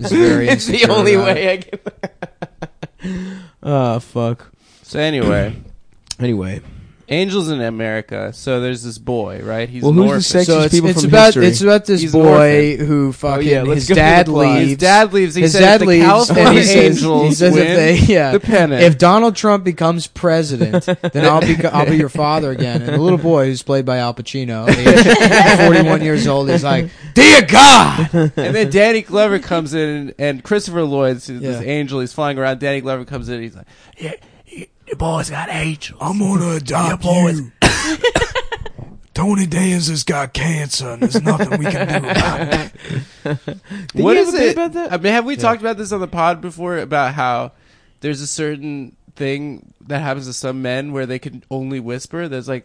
It's very
it's the
insecure
only
about
way I can. oh fuck.
so anyway,
Anyway,
Angels in America. So there's this boy, right? He's
Well,
an
who's the
orphan.
sex-
So
Sexiest
it's,
people
it's
from
about
history.
it's about this
He's an
boy who fucking
Oh, yeah, let's
his,
go to the
dad
plot.
leaves,
His dad leaves. He
His
says
dad
the
leaves, and
California
he says,
Angels
he says
win
if they, yeah,
the pennant.
if Donald Trump becomes president, then I'll be I'll be your father again. And the little boy who's played by Al Pacino, aged 41 years old, is like, "Dear God!"
and then Danny Glover comes in, and, and Christopher Lloyd's this
Yeah.
angel. He's flying around. Danny Glover comes in. He's like, yeah, yeah, "The boy's got angels."
I'm gonna adopt you. Tony Danza's has got cancer, and there's nothing we can do about it.
What
you
is
have a bit
it?
about that?
I mean, have we talked about this on the pod before about how there's a certain thing that happens to some men where they can only whisper? There's like,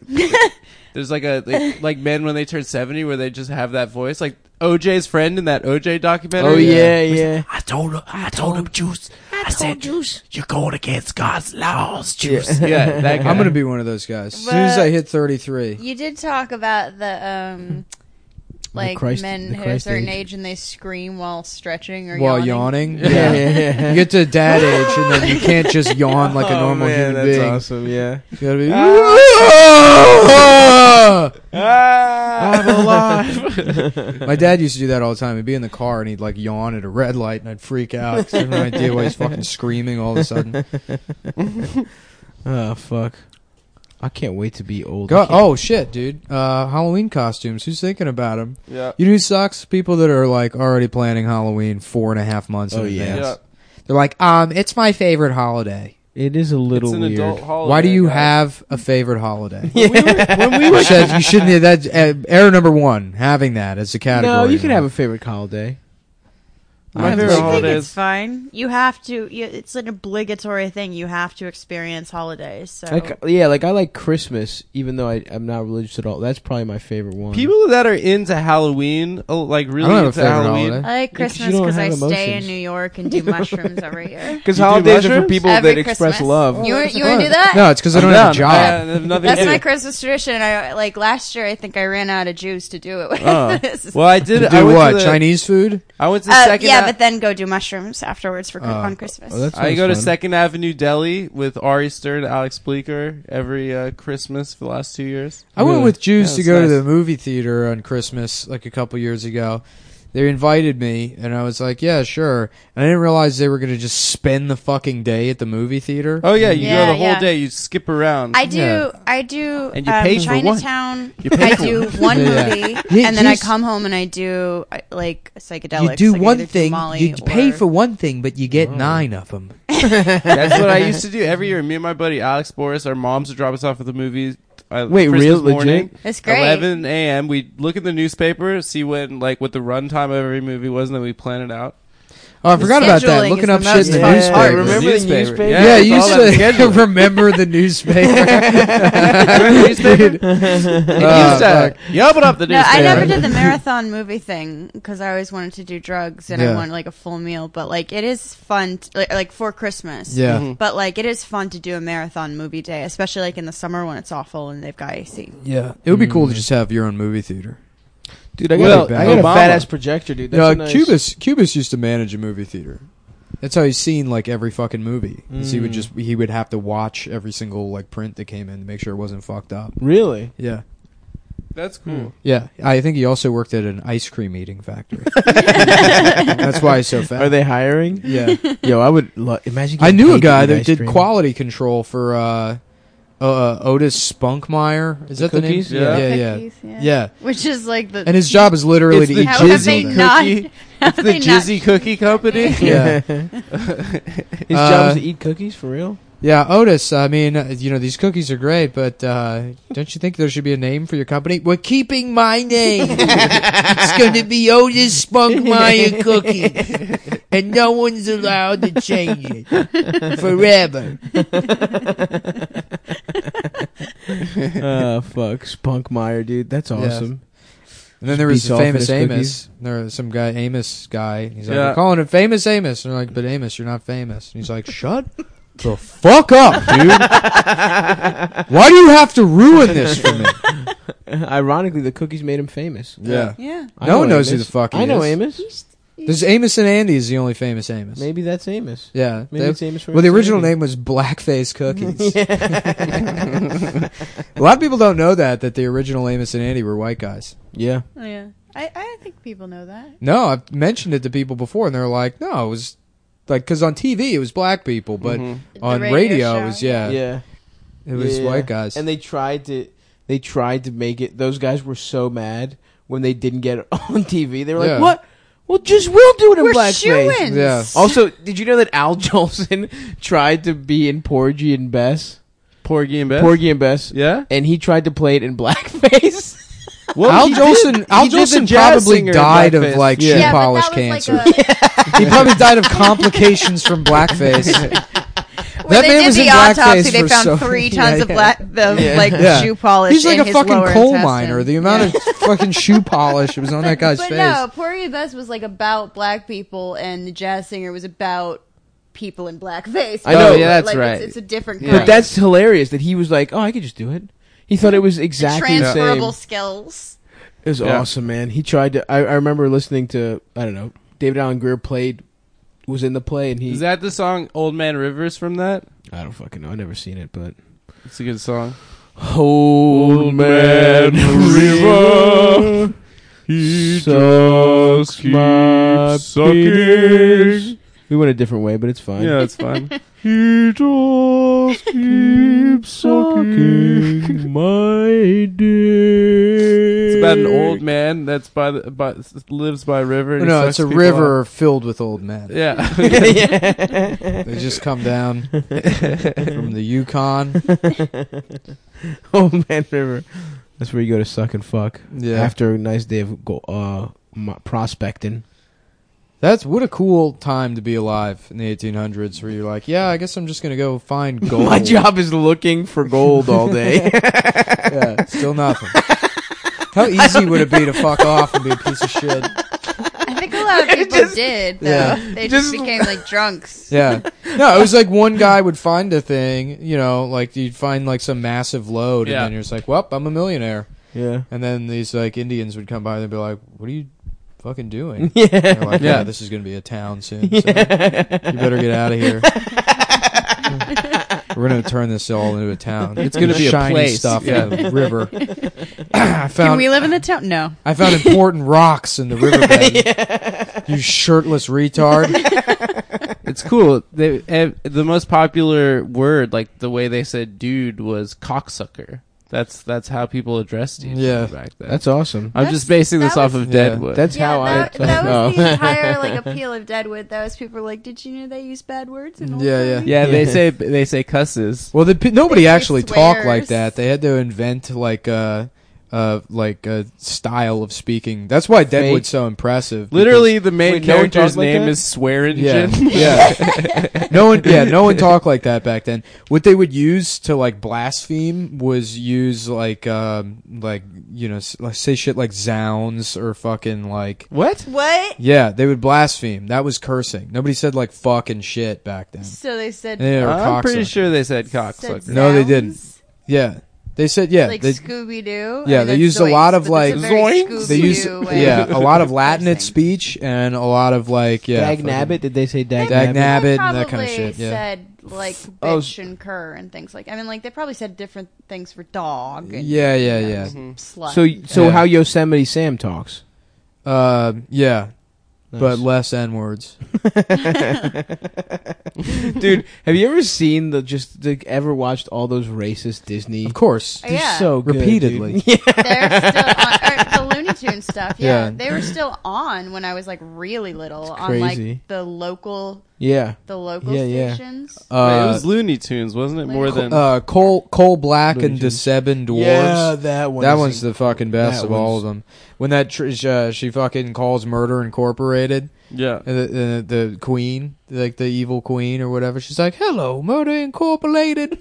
there's like a like, like men when they turn seventy where they just have that voice, like OJ's friend in that OJ documentary.
oh yeah, yeah.
I told her, I told him, Juice. I, said, Juice, you're going against God's laws, Juice.
yeah. That guy.
I'm gonna be one of those guys. As soon as I hit 33,
You did talk about the um, like
Christ-
men
the
who are a
Christ
certain
age.
age. and they scream while stretching or
while
yawning.
yawning,
Yeah,
yeah.
yeah,
you
yeah.
get to dad age, and then you can't just yawn like a
Oh,
normal
man,
human
that's
being.
awesome. Yeah.
You gotta be. "Ah!"
I'm alive.
My dad used to do that all the time. He'd be in the car and he'd like yawn at a red light, and I'd freak out. 'cause I had no idea why he's fucking screaming all of a sudden.
Oh fuck. I can't wait to be old. I
Go-
can't-
oh shit, dude! Uh, Halloween costumes. Who's thinking about them?
yeah.
You know who sucks? People that are like already planning Halloween four and a half months.
Oh,
in
yeah.
advance.
Yeah.
They're like, um, it's my favorite holiday.
it is a little
It's an
weird.
adult holiday.
why do you
guys.
have a favorite holiday?
When we were, when we were
Which says you shouldn't have that. Uh, error number one: having that as a category.
No, you can have a favorite holiday.
My
I'm
favorite
just-
I think it's
holidays.
fine. You have to. You, it's an obligatory thing. You have to experience holidays. So
Like yeah, like I like Christmas, even though I, I'm not religious at all. That's probably my favorite one.
People that are into Halloween, oh, like really
I don't have a
into
favorite
Halloween.
holiday.
I like
Because you
Christmas
don't
because I
have
stay
emotions.
in New York and do mushrooms every year.
because
You do
holidays are for
mushrooms?
people
every
that express
Christmas.
love.
You, want- you
Fun.
want to do that?
No, it's because I don't
I'm
have
down.
a job.
I uh, have nothing
That's
to do.
my Christmas tradition. I like last year. I think I ran out of juice to do it with.
Oh.
This is-
Well, I did.
Uh. To
I
do
went
what?
To the,
Chinese food?
I went to
Uh,
second.
yeah,
Ave-
but then go do mushrooms afterwards for Chri-
Oh.
on Christmas.
Oh, that's
I go to
fun.
Second Avenue Deli with Ari Stern, Alex Bleeker every uh, Christmas for the last two years.
I went
Really?
with Jews
Yeah,
to
it's
go
nice.
to the movie theater on Christmas like a couple years ago. They invited me, and I was like, "Yeah, sure." And I didn't realize they were going to just spend the fucking day at the movie theater.
Oh yeah, you
Yeah,
go the whole
yeah.
day. You skip around.
I do.
Yeah.
I do.
And you
um,
pay for one.
Chinatown.
You pay
I
for
do one
Yeah.
movie,
He-
and then I
here's-
come home and I do I- like psychedelics.
you do
Like, I either
one thing,
Molly
you pay
or-
for one thing, but you
Oh.
get nine of them.
That's what I used to do every year. Me and my buddy Alex Boris, our moms would drop us off at the movies. Uh,
Wait,
Christmas
real- legit?
morning,
That's great.
11 a.m. We look at the newspaper, see when like what the runtime of every movie was, and then we plan it out.
Oh, I
The
forgot about
scheduling
that.
is
Looking
the
up
most
shit in the
fun.
newspaper.
Yeah,
I remember the
newspaper.
newspaper.
Yeah,
yeah,
it's
you
all about
used to
scheduling.
remember the newspaper.
Newspaper?
Uh,
you said, "Yum it up the
No, I
newspaper."
never did the marathon movie thing because I always wanted to do drugs and
Yeah.
I wanted like a full meal. But like, it is fun, t- like, like for Christmas.
Yeah.
Mhm.
But like, it is fun to do a marathon movie day, especially like in the summer when it's awful and they've got AC.
Yeah, it would be cool to just have your own movie theater.
Dude, I
Well,
got, a, I got a fat ass projector, dude. That's
No,
a nice-
Uh, Cubis Cubis used to manage a movie theater. That's how he's seen like every fucking movie. is He would
Mm.
just he would have to watch every single like print that came in to make sure it wasn't fucked up.
Really?
Yeah,
That's cool.
yeah. I think he also worked at an ice cream eating factory. That's why he's so fat.
Are they hiring?
Yeah,
Yo, I would lo- imagine.
I
getting
knew a
paid to
guy
eat
that
ice
did
cream.
quality control for uh, uh, Otis Spunkmeyer. Is
The
that the
cookies?
name?
Yeah.
yeah, yeah,
Cookies, yeah.
yeah.
Which is like the.
And his job is literally
It's
to
the
eat
how have
cookies
they
all day.
not?
cookie.
how
It's
have
the
they not-
Jizzy Cookie Company.
Yeah.
His job is to eat cookies for real.
Yeah, Otis. I mean, uh, you know, these cookies are great, but uh, don't you think there should be a name for your company? We're keeping my name. it's going to be Otis Spunkmeyer Cookies, and no one's allowed to change it forever.
uh, fuck, Spunkmeyer, dude. That's awesome.
And then there
Just beats
was the
off in
famous
his
Amos. There was some guy, Amos guy. and He's like,
Yeah.
we're calling him famous Amos. And they're like, but Amos, you're not famous. And he's like, shut the fuck up, dude. Why do you have to ruin this for me?
Ironically, the cookies made him famous.
Yeah.
Yeah.
I
No
know
one knows who
Amos.
the fuck he
I know
is.
Amos.
There's Amos and Andy is the only famous Amos.
Maybe that's Amos.
Yeah.
Maybe
they-
it's Amos.
well, the original name was Blackface Cookies. a lot of people don't know that that the original Amos and Andy were white guys.
Yeah.
Oh, Yeah. I, I think people know that.
No, I've mentioned it to people before, and they're like, "No, it was like because on TV it was black people, but
Mhm.
on
The radio
radio,
show.
it was yeah,
Mm-hmm. Yeah.
it was
Yeah.
white guys."
And they tried to, they tried to make it. Those guys were so mad when they didn't get it on TV. They were
Yeah.
like, "What? Well, just we'll do it in
We're
blackface."
shoo-ins.
Yeah.
Also, did you know that Al Jolson tried to be in Porgy and Bess?
Porgy and Bess.
Porgy and Bess.
Yeah.
And he tried to play it in blackface.
Well,
Al
he did-
Jolson, Al
he did the
Jolson
jazz
probably
singer in
died of
Blackface.
like
Yeah.
shoe
Yeah,
polish
but that was
cancer.
like a,
he probably died of complications from blackface.
when
That
they
man
did
was
the
in blackface
autopsy, they
for
found
so-
three
Yeah,
tons of
yeah.
black, of
Yeah.
like
Yeah.
shoe polish.
He's like
in
a
his
fucking
lower
coal
intestine.
miner. The amount of fucking shoe polish that was on that guy's
but
face.
no, Porgy and Bess was like about black people, and the jazz singer was about people in blackface.
I know,
But,
yeah, that's
like,
right.
It's, it's a different.
Yeah.
kind.
But that's hilarious that he was like, "Oh, I could just do it." He thought it was exactly the same.
transferable skills.
It was
Yeah.
awesome, man. He tried to. I, I remember listening to. I don't know. David Allen Greer played. Was in the play, and he.
Is that the song "Old Man Rivers" from that?
I don't fucking know. I never seen it, but.
It's a good song.
Old man river, he sucks my penis. We went a different way, but it's fine.
Yeah, it's fun.
He just keeps sucking my dick.
It's about an old man that's by the by, lives by a river. And he
no,
sucks
it's a
people
river filled with old
up.
men.
Yeah,
They just come down from the Yukon.
old man river. That's where you go to suck and fuck
Yeah.
after a nice day of go, uh, m- prospecting.
That's what a cool time to be alive in the 1800s, where you're like, yeah, I guess I'm just gonna go find gold.
My job is looking for gold all day.
yeah, still nothing. How easy would it be to fuck off and be a piece of shit?
I think a lot of people did. Though.
Yeah.
They
Just-
just, became like drunks.
Yeah, no, it was like one guy would find a thing, you know, like you'd find like some massive load,
Yeah.
and then you're just like, well, I'm a millionaire.
yeah.
And then these like Indians would come by and they'd be like, "What are you fucking doing?"
Yeah.
They're like, yeah,
Yeah.
this is gonna be a town soon. So you better get out of here. We're gonna turn this all into a town.
It's gonna be a
shiny
place,
stuff in
yeah.
the river. I
Do
found
we live in the town? No.
I found important rocks in the riverbed. You shirtless retard.
it's cool. They, eh, the most popular word, like the way they said "dude," was cocksucker. That's that's how people addressed you.
Yeah.
back then.
That's awesome.
I'm
That's-
just basing this
that
off
was-
of
Yeah.
Deadwood.
That's
yeah,
how
that,
I.
that
Oh.
was the entire like appeal of Deadwood. That was people were like, did you know they use bad words? In old
Yeah, yeah.
movies?"
yeah, they
Yeah.
say they say cusses.
Well, the, pe- nobody
They
actually talked like
swears.
that. They had to invent like uh, uh, like uh, style of speaking. That's why Deadwood's so impressive.
Literally, the main
Wait, no one
character's
talked like
name
that?
is Swearingen.
Yeah, yeah. no one, yeah, no one talked like that back then. What they would use to like blaspheme was use like, um, like you know, s- like, say shit like zounds or fucking like.
What?
What?
Yeah, they would blaspheme. That was cursing. Nobody said like fucking shit back then.
So they said.
Yeah, or
I'm pretty
cocksucker.
sure they said
said
cocksucker.
No, they didn't.
sounds,
Yeah, they said yeah.
Like
they,
Scooby Doo.
Yeah, they used a lot of, like-
Zoinks.
they used yeah a lot of Latin at speech and a lot of like yeah.
Dag
fucking-
Nabbit? Did they say Dag,
Dag
Nabbit?
Nabbit and that kind of shit. Yeah.
said like
Oh,
bitch and cur and things like. I mean, like they probably said different things for dog. And,
Yeah, yeah, yeah.
Mm-hmm. Slut.
So, so
Yeah.
how Yosemite Sam talks?
Uh, yeah, but
Nice.
less n words.
dude, have you ever seen the just the, ever watched all those racist Disney?
Of course.
I-
They're
Yeah.
so good,
Repeatedly.
dude. Yeah,
they're still on, or the Looney Tunes stuff. Yeah,
Yeah.
they were still on when I was like really little
It's
on
crazy.
like the local
yeah.
the local
Yeah, yeah.
stations.
Wait, it
Uh,
was Looney Tunes, wasn't it? More than
uh, Cole Cole Black
Looney
and
Tunes.
Deceived Dwarves.
that one.
That one's the fucking best
that
of all
one's-
of them. When that tr- uh, she fucking calls Murder Incorporated,
yeah.
uh, the, the the queen, like the evil queen or whatever, she's like, "Hello, Murder Incorporated,"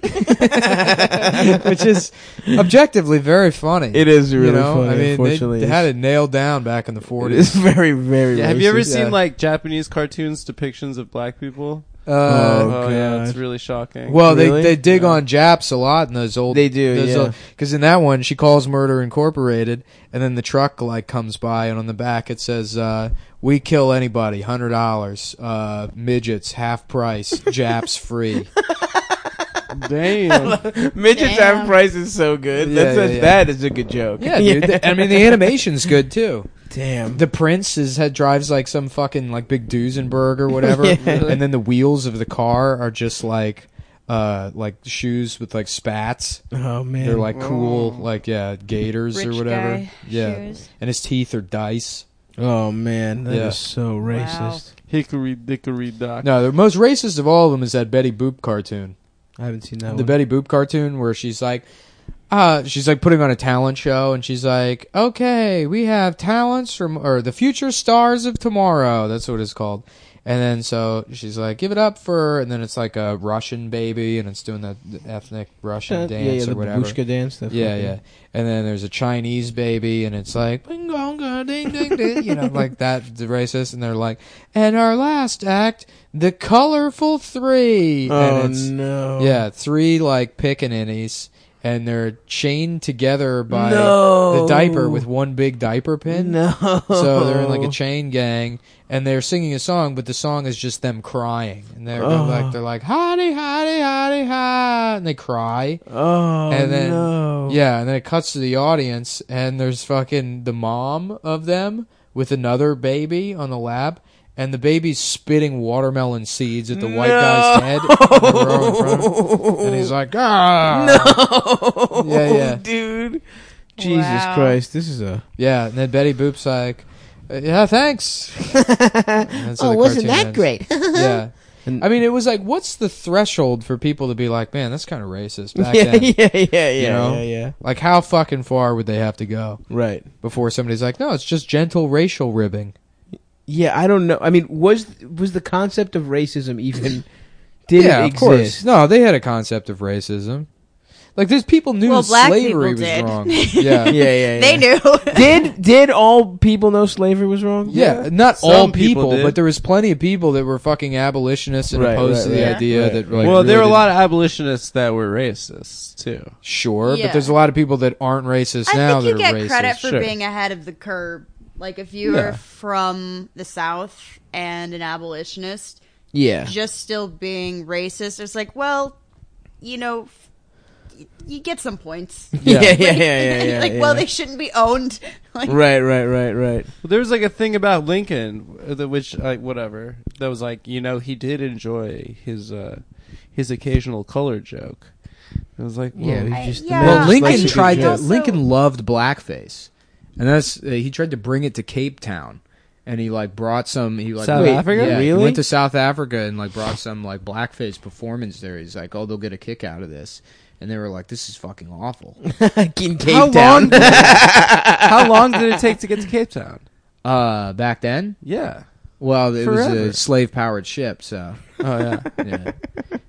which is objectively very funny.
It is
you
really
know?
funny.
I mean, they-
unfortunately,
they, had it nailed down back in the
It is
forties.
very, very.
Yeah, have you ever
racist.
seen
yeah.
like Japanese cartoons depictions of black people?
Uh,
Oh,
yeah,
God.
it's really shocking.
Well,
Really?
they they dig
Yeah.
on Japs a lot in those old.
They do, yeah.
Because in that one, she calls Murder Incorporated, and then the truck like comes by, and on the back it says, uh, "We kill anybody, hundred dollars, uh, midgets half price, Japs free."
damn.
midgets
Damn.
have price is so good?
Yeah,
That's a,
yeah, yeah.
that is a good joke.
Yeah, dude. The- I mean, the animation's good too.
Damn.
The prince is had drives like some fucking like big Duesenberg or whatever, and then the wheels of the car are just like. Uh, like shoes with like spats.
oh man.
They're like cool, like yeah, gators or
Rich
whatever.
guy
yeah,
shoes.
and his teeth are dice.
oh man. That is
Yeah.
so racist.
Hickory dickory dock.
No, the most racist of all of them is that Betty Boop cartoon.
I haven't seen that
the
one.
Betty Boop cartoon where she's like, uh, she's like putting on a talent show and she's like, okay, we have talents from, or the future stars of tomorrow. That's what it's called. And then so she's like, give it up for, and then it's like a Russian baby and it's doing that ethnic Russian
Uh, yeah, yeah,
dance or
the
whatever.
babushka dance. That
Yeah,
fucking-
yeah. And then there's a Chinese baby, and it's like, "Bing, gong, gong, ding, ding, ding," you know, like that, the racist. And they're like, and our last act, the colorful three.
Oh
and it's,
no.
Yeah, three like pickaninnies, and they're chained together by
No.
the diaper with one big diaper pin.
No.
So they're in like
Oh.
a chain gang, and they're singing a song, but the song is just them crying, and they're they're
Oh.
like they're like howdy howdy howdy ha, and they cry,
Oh
and then
no.
yeah, and then it cuts to the audience, and there's fucking the mom of them with another baby on the lap, and the baby's spitting watermelon seeds at the white guy's head, in the row in front of him, and he's like, ah,
No.
Yeah, yeah.
Dude. Jesus
Wow.
Christ, this is a.
yeah, and then Betty Boop's like, "Uh, yeah, thanks. And
Oh,
so the cartoon ends. yeah.
And-
I mean, it was like, what's the threshold for people to be like, man, that's kind of racist back
yeah,
then?
yeah, yeah, yeah,
know?
yeah, yeah.
Like, how fucking far would they have to go
Right.
before somebody's like, no, it's just gentle racial ribbing?
Yeah, I don't know. I mean, was was the concept of racism even did
yeah,
it
of course.
exist?
No, they had a concept of racism. Like, there's people knew
Well, black
slavery
people
was
did.
wrong. Yeah.
Yeah, yeah, yeah.
They knew.
Did did all people know slavery was wrong?
Yeah, not
Some
all
people
people,
did.
but there was plenty of people that were fucking abolitionists and
Right,
opposed
right,
to the
right,
idea
right.
that like
well, there were
really
a
didn't-
lot of abolitionists that were racists too.
sure,
Yeah.
but there's a lot of people that aren't racist now
I think you get
that are racist.
credit for
sure.
being ahead of the curve. Like if you were
Yeah.
from the South and an abolitionist,
Yeah.
just still being racist, it's like, well, you know, f- y- you get some points.
Yeah, yeah,
Yeah.
yeah, yeah, yeah.
like,
yeah.
well, they shouldn't be owned. Like,
Right, right, right, right.
Well, there was like a thing about Lincoln, uh, the- which like whatever that was like you know he did enjoy his uh his occasional color joke. It was like well,
Yeah,
yeah,
he's
I-
just the
yeah.
most
Well, Lincoln
dyslexic
tried
idiot.
to.
Also-
Lincoln loved blackface, and that's uh, he tried to bring it to Cape Town, and he like brought some. He like
South
Wait,
Africa?
yeah, he
Really?
went to South Africa and like brought some like blackface performance there. He's like, oh, they'll get a kick out of this, and they were like, this is fucking awful.
in Cape
How long?
Town.
how long did it take to get to Cape Town?
Uh, back then,
Yeah.
well, it was
Forever.
a slave powered ship, so
Oh yeah.
yeah.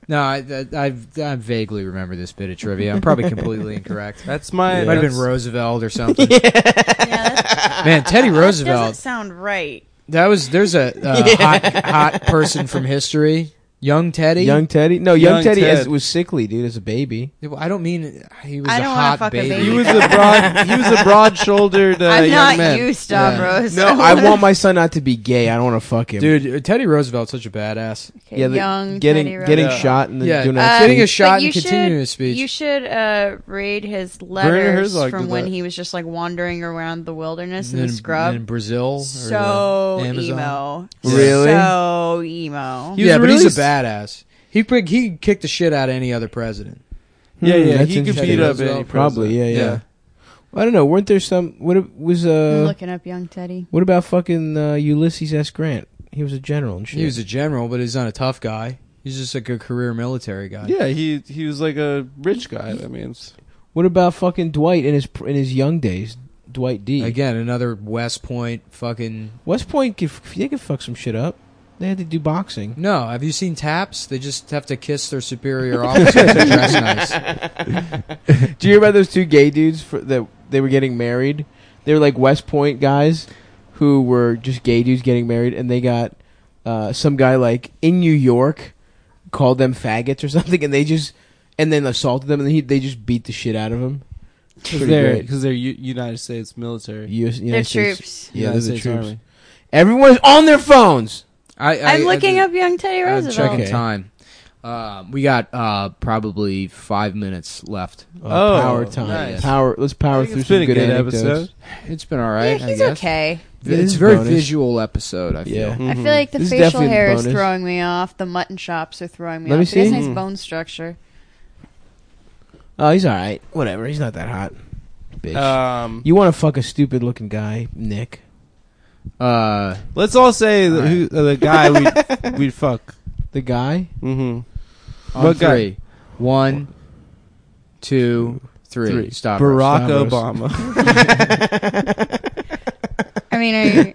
no, I, I I've- I vaguely remember this bit of trivia. I'm probably completely incorrect.
That's my.
It might have been
that's-
Roosevelt or something.
Yeah, that
Man, Teddy
doesn't
Roosevelt.
sound right.
That was there's a uh, hot hot person from history, young Teddy.
Young Teddy? No, Young,
Young
Teddy
Ted.
As, was sickly, dude, as a baby.
I don't mean he was
I
a
don't wanna
hot
fuck a
baby.
baby.
He was a broad. He was a broad-shouldered uh,
I'm
young
not
man.
you, Stop Rose.
No, I want my son not to be gay. I don't want to fuck him.
Dude, Teddy Roosevelt's such a badass.
yeah, the-
young
getting
Teddy
getting
Roosevelt.
shot and then
Yeah,
doing
Uh,
that.
getting
thing.
a shot
Um, but
and
you
continuing
should-
his speech.
You should uh, read his letters
Herzog
from
did
when
that.
he was just like wandering around the wilderness in,
in,
the scrub.
in Brazil. or
so
the Amazon.
emo,
Really?
So emo.
He was
yeah, but he's
released-
a badass. He prig- he could kick the shit out of any other president.
Yeah,
Hmm,
yeah.
that's
he could
interesting.
beat up
Roosevelt,
any
Probably,
president.
yeah, yeah. I don't know. Weren't there some? What ab- was
Mm,
I'm
uh?
looking up young Teddy.
What about fucking uh, Ulysses S. Grant? He was a general and shit.
He was a general, but he's not a tough guy. He's just like a career military guy.
Yeah, he he was like a rich guy. That means
what about fucking Dwight in his pr- in his young days? Dwight D.
Again, another West Point fucking.
West Point could f- they could fuck some shit up. They had to do boxing.
No, have you seen Taps? They just have to kiss their superior officers and dress nice.
Do you hear about those two gay dudes for, that they were getting married? They were like West Point guys who were just gay dudes getting married, and they got uh, some guy like in New York called them faggots or something, and they just and then assaulted them, and he, they just beat the shit out of them.
because they're because they're U- United States military.
US,
They're
United States-
troops.
Yeah,
United
they're the
States
troops.
Army.
Everyone's on their phones.
I, I,
I'm looking
I,
up young Teddy
I'm
Roosevelt.
checking
Okay.
time. Um, we got uh, probably five minutes left.
Oh,
power time.
nice.
Power. Let's power
I think
through
It's
some
been a
good,
good
anecdotes.
episode.
It's been all
Yeah,
right.
he's
I guess.
okay.
It's
It's
a very
bonus.
visual episode. I feel.
Yeah.
I
Mhm.
feel like the
This is
facial
definitely the
hair is
bonus.
throwing me off. The mutton chops are throwing me
Let me
off. He has
see.
nice
Hmm.
Mm.
bone structure.
Oh, he's all right. Whatever. He's not that hot. Bitch.
Um,
you want to fuck a stupid looking guy, Nick?
Uh,
let's all say
All
the,
right.
who, uh, the guy we'd, we'd fuck.
The guy?
Mm-hmm.
on
What guy?
three. One, two, three.
Three.
Stop.
Barack
Stavros.
Obama.
I mean, I,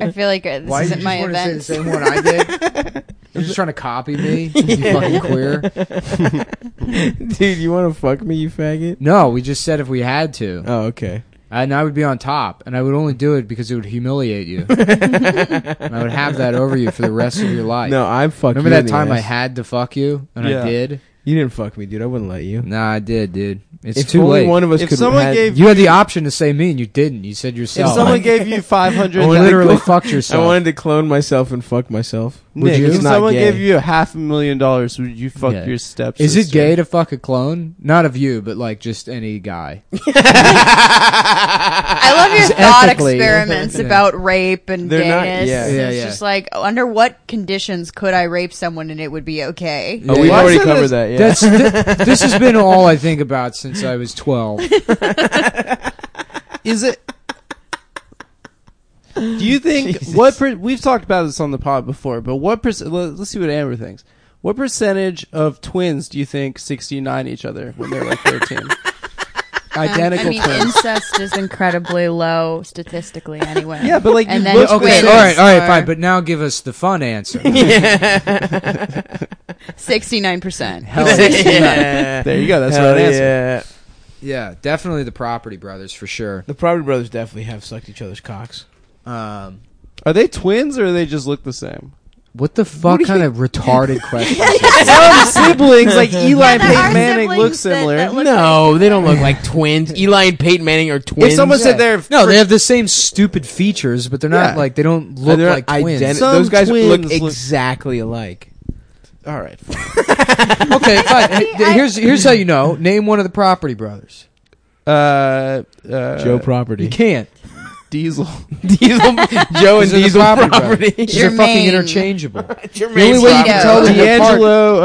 I feel like uh, this isn't my event.
same one I did? You're just trying to copy me. You fucking queer.
Dude, you want to fuck me, you faggot?
No, we just said if we had to,
Oh, okay.
and I would be on top, and I would only do it because it would humiliate you, and I would have that over you for the rest of your life.
No, I'm fucking.
Remember that time I had to fuck you, and
Yeah.
I did.
You didn't fuck me, dude. I wouldn't let you.
Nah, I did, dude. It's
if
too
only
late.
one of us
If
could.
someone
had-
gave-
you had the option to say me, and you didn't. You said
if
yourself.
someone gave you five
you
hundred,
Only
literally
I-
fucked
I
yourself.
wanted to clone myself and fuck myself.
Nick,
you?
if
It's not
someone
gay.
gave you a half a million dollars, would you fuck
Yeah.
your stepsister?
Is it gay to fuck a clone? Not of you, but like just any guy.
I love your
Just
thought
ethically.
experiments
Yeah.
about rape and
They're not-
gayness.
yeah.
Yeah,
it's
yeah.
just like, oh, under what conditions could I rape someone and it would be okay?
Oh, we've
Yeah.
already
Why
covered
is
that. Yeah.
That's thi- this has been all I think about since I was twelve.
Is it? Do you think what per, we've talked about this on the pod before? But what percent? Let's see what Amber thinks. What percentage of twins do you think sixty nine each other when they're like thirteen? Identical
I mean,
twins.
incest is incredibly low statistically anyway.
Yeah, but like
And
you
then
look
okay,
twins
all right, all right,
are
fine. But now give us the fun answer.
69%.
Hell yeah.
there. You go. That's
Hell
what I answer.
yeah.
yeah, definitely the Property Brothers for sure.
The Property Brothers definitely have sucked each other's cocks.
Um,
Are they twins or they just look the same?
what the fuck kind of retarded question? is this?
Some siblings like Eli
Yeah, there are
Peyton Manning
siblings
look
that-
similar.
that look-
No, they don't look like twins. Eli and Peyton Manning are twins.
if someone said
Yeah.
they're
no, they have the same stupid features, but they're not
Yeah.
like they don't
They're
look like twins.
identi-
Some
those guys look
twins look-
exactly alike.
all right.
okay, fine. Hey, th- Here's here's how you know. Name one of the Property Brothers.
Uh, uh,
Joe
You
Property,
can't.
Diesel.
Diesel, Joe and
These are the
Diesel Property.
Property Brothers. They're fucking
Jermaine.
interchangeable.
Jermaine
The only way you
Property.
can tell them apart-
D'Angelo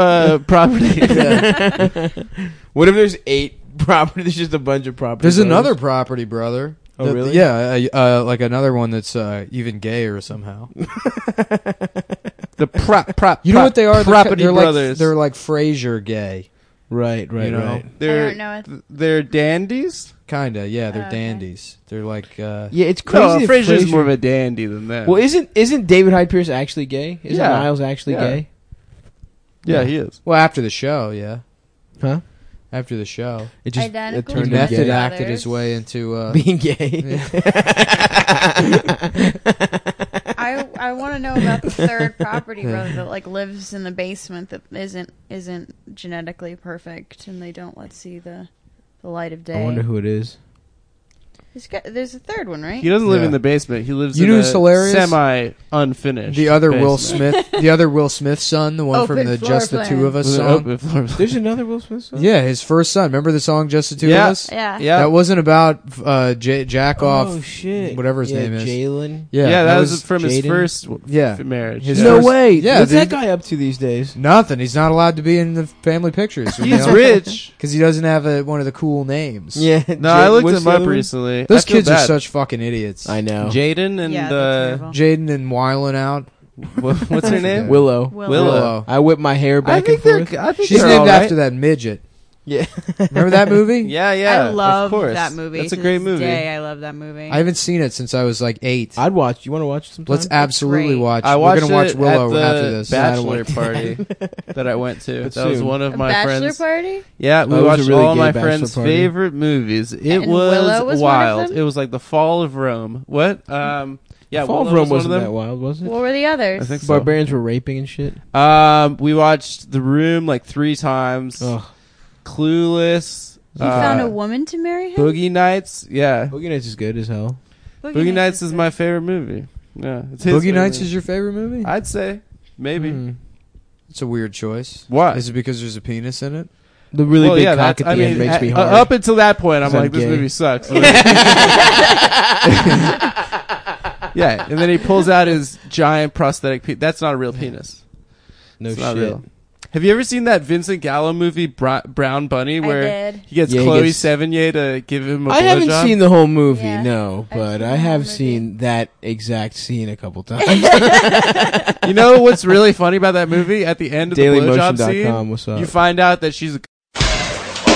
uh, property.
What if there's eight property? There's just a bunch of property.
There's
brothers.
another Property Brother.
Oh,
The-
really?
Yeah, uh, uh, like another one that's uh, even gayer somehow.
The prop, prop.
You know
prop-
what they are? They're,
Property
they're like
brothers.
they're like Frasier gay,
Right, right,
You know?
right.
they're
I don't know it.
they're dandies.
kinda. Yeah, they're
Oh, okay.
dandies. They're like uh,
Yeah, it's crazy.
No,
that
Frasier's
Frasier-
more of a dandy than that.
Well, isn't isn't David Hyde Pierce actually gay? Isn't
Yeah.
Niles actually
Yeah.
gay?
yeah, he is.
well after the show. Yeah,
Huh?
after the show,
It
Identical
turned
twin
him
method
gay.
acted
brothers.
his way into. Uh,
being gay.
I I want to know about the third property brother that like lives in the basement that isn't isn't genetically perfect and they don't let see the the light of day.
I wonder who it is.
There's got- there's a third one, right?
He doesn't live
Yeah.
in the basement. He lives
You
in
know
a
who's hilarious?
semi unfinished.
the other Will Smith, the other Will Smith son, the one from
Open
the
floor
Just the
plan.
Two of Us song.
There's another Will Smith song.
Yeah, his first son. Remember the song Just the Two
Yeah.
of Us?
Yeah.
Yeah.
That wasn't about uh, J- Jack off.
Oh shit!
whatever his
Yeah,
name is.
Jalen.
yeah,
yeah,
that, was, from his
Jaden.
first w-
Yeah.
f- marriage.
His
yeah.
first-
No way.
Yeah,
What's
dude.
that guy up to these days?
Nothing. He's not allowed to be in the family pictures.
He's rich.
because he doesn't have a, one of the cool names.
Yeah.
No, I looked
what's
him
the
up
other one?
recently.
those
I feel
kids are
bad.
such fucking idiots.
I know.
Jaden and
Yeah, they're terrible.
uh,
Jaden and Wylan out.
wh- what's her name?
Willow.
Willow.
Willow. Oh.
Willow.
Oh. I whip my hair
I
back
think
and
they're.
forth.
I think
She's
they're
named
all right.
after that midget.
Yeah.
Remember that movie?
Yeah, yeah.
I love
of course.
that movie.
That's a
to
great
this
movie.
Day. I love that movie.
I haven't seen it since I was like eight.
I'd watch. You want to watch sometime?
Let's absolutely
great.
watch.
I watched
We're gonna watch
it
Willow
at the
after this.
bachelor party that I went to.
But
that was
soon.
one of
a
my
bachelor
friends.
party.
Yeah, we
Oh, it was a
watched
really
all
gay
my
bachelor
friends'
party.
favorite movies. It
And
was,
Willow was one of
wild.
them?
It was like the Fall of Rome. What? Um, yeah,
Fall
Willow
of Rome
was one
wasn't that
of them.
wild, was it?
What were the others?
I think so.
Barbarians were raping and shit.
Um, we watched The Room like three times.
Ugh.
Clueless.
he found
uh,
a woman to marry him.
Boogie Nights. Yeah,
Boogie Nights is good as hell.
Boogie, Nights is my favorite movie. Yeah, it's his
Boogie Nights
favorite.
is your favorite movie?
I'd say maybe.
Mm.
It's a weird choice.
Why?
Is it because there's a penis in it?
The really
well,
big
yeah,
cock
that's-
at the
I
end
mean,
makes
a-
me
uh,
hard.
up until that point, I'm
'Cause I'm
like, this
gay.
movie sucks. yeah, and then he pulls out his giant prosthetic. Pe- that's not a real penis.
no
It's
shit.
not real. Have you ever seen that Vincent Gallo movie, Bra- Brown Bunny,
I
where
did.
he gets
Yeah, he
Chloe
gets-
Sevigny to give him a
I haven't
blowjob?
seen the whole movie,
Yeah.
no,
I've
but
seen
I
the
have
movie.
seen that exact scene a couple times.
You know what's really funny about that movie? At the end of the blowjob scene,
Dailymotion.com, what's
you
up?
find out that she's a.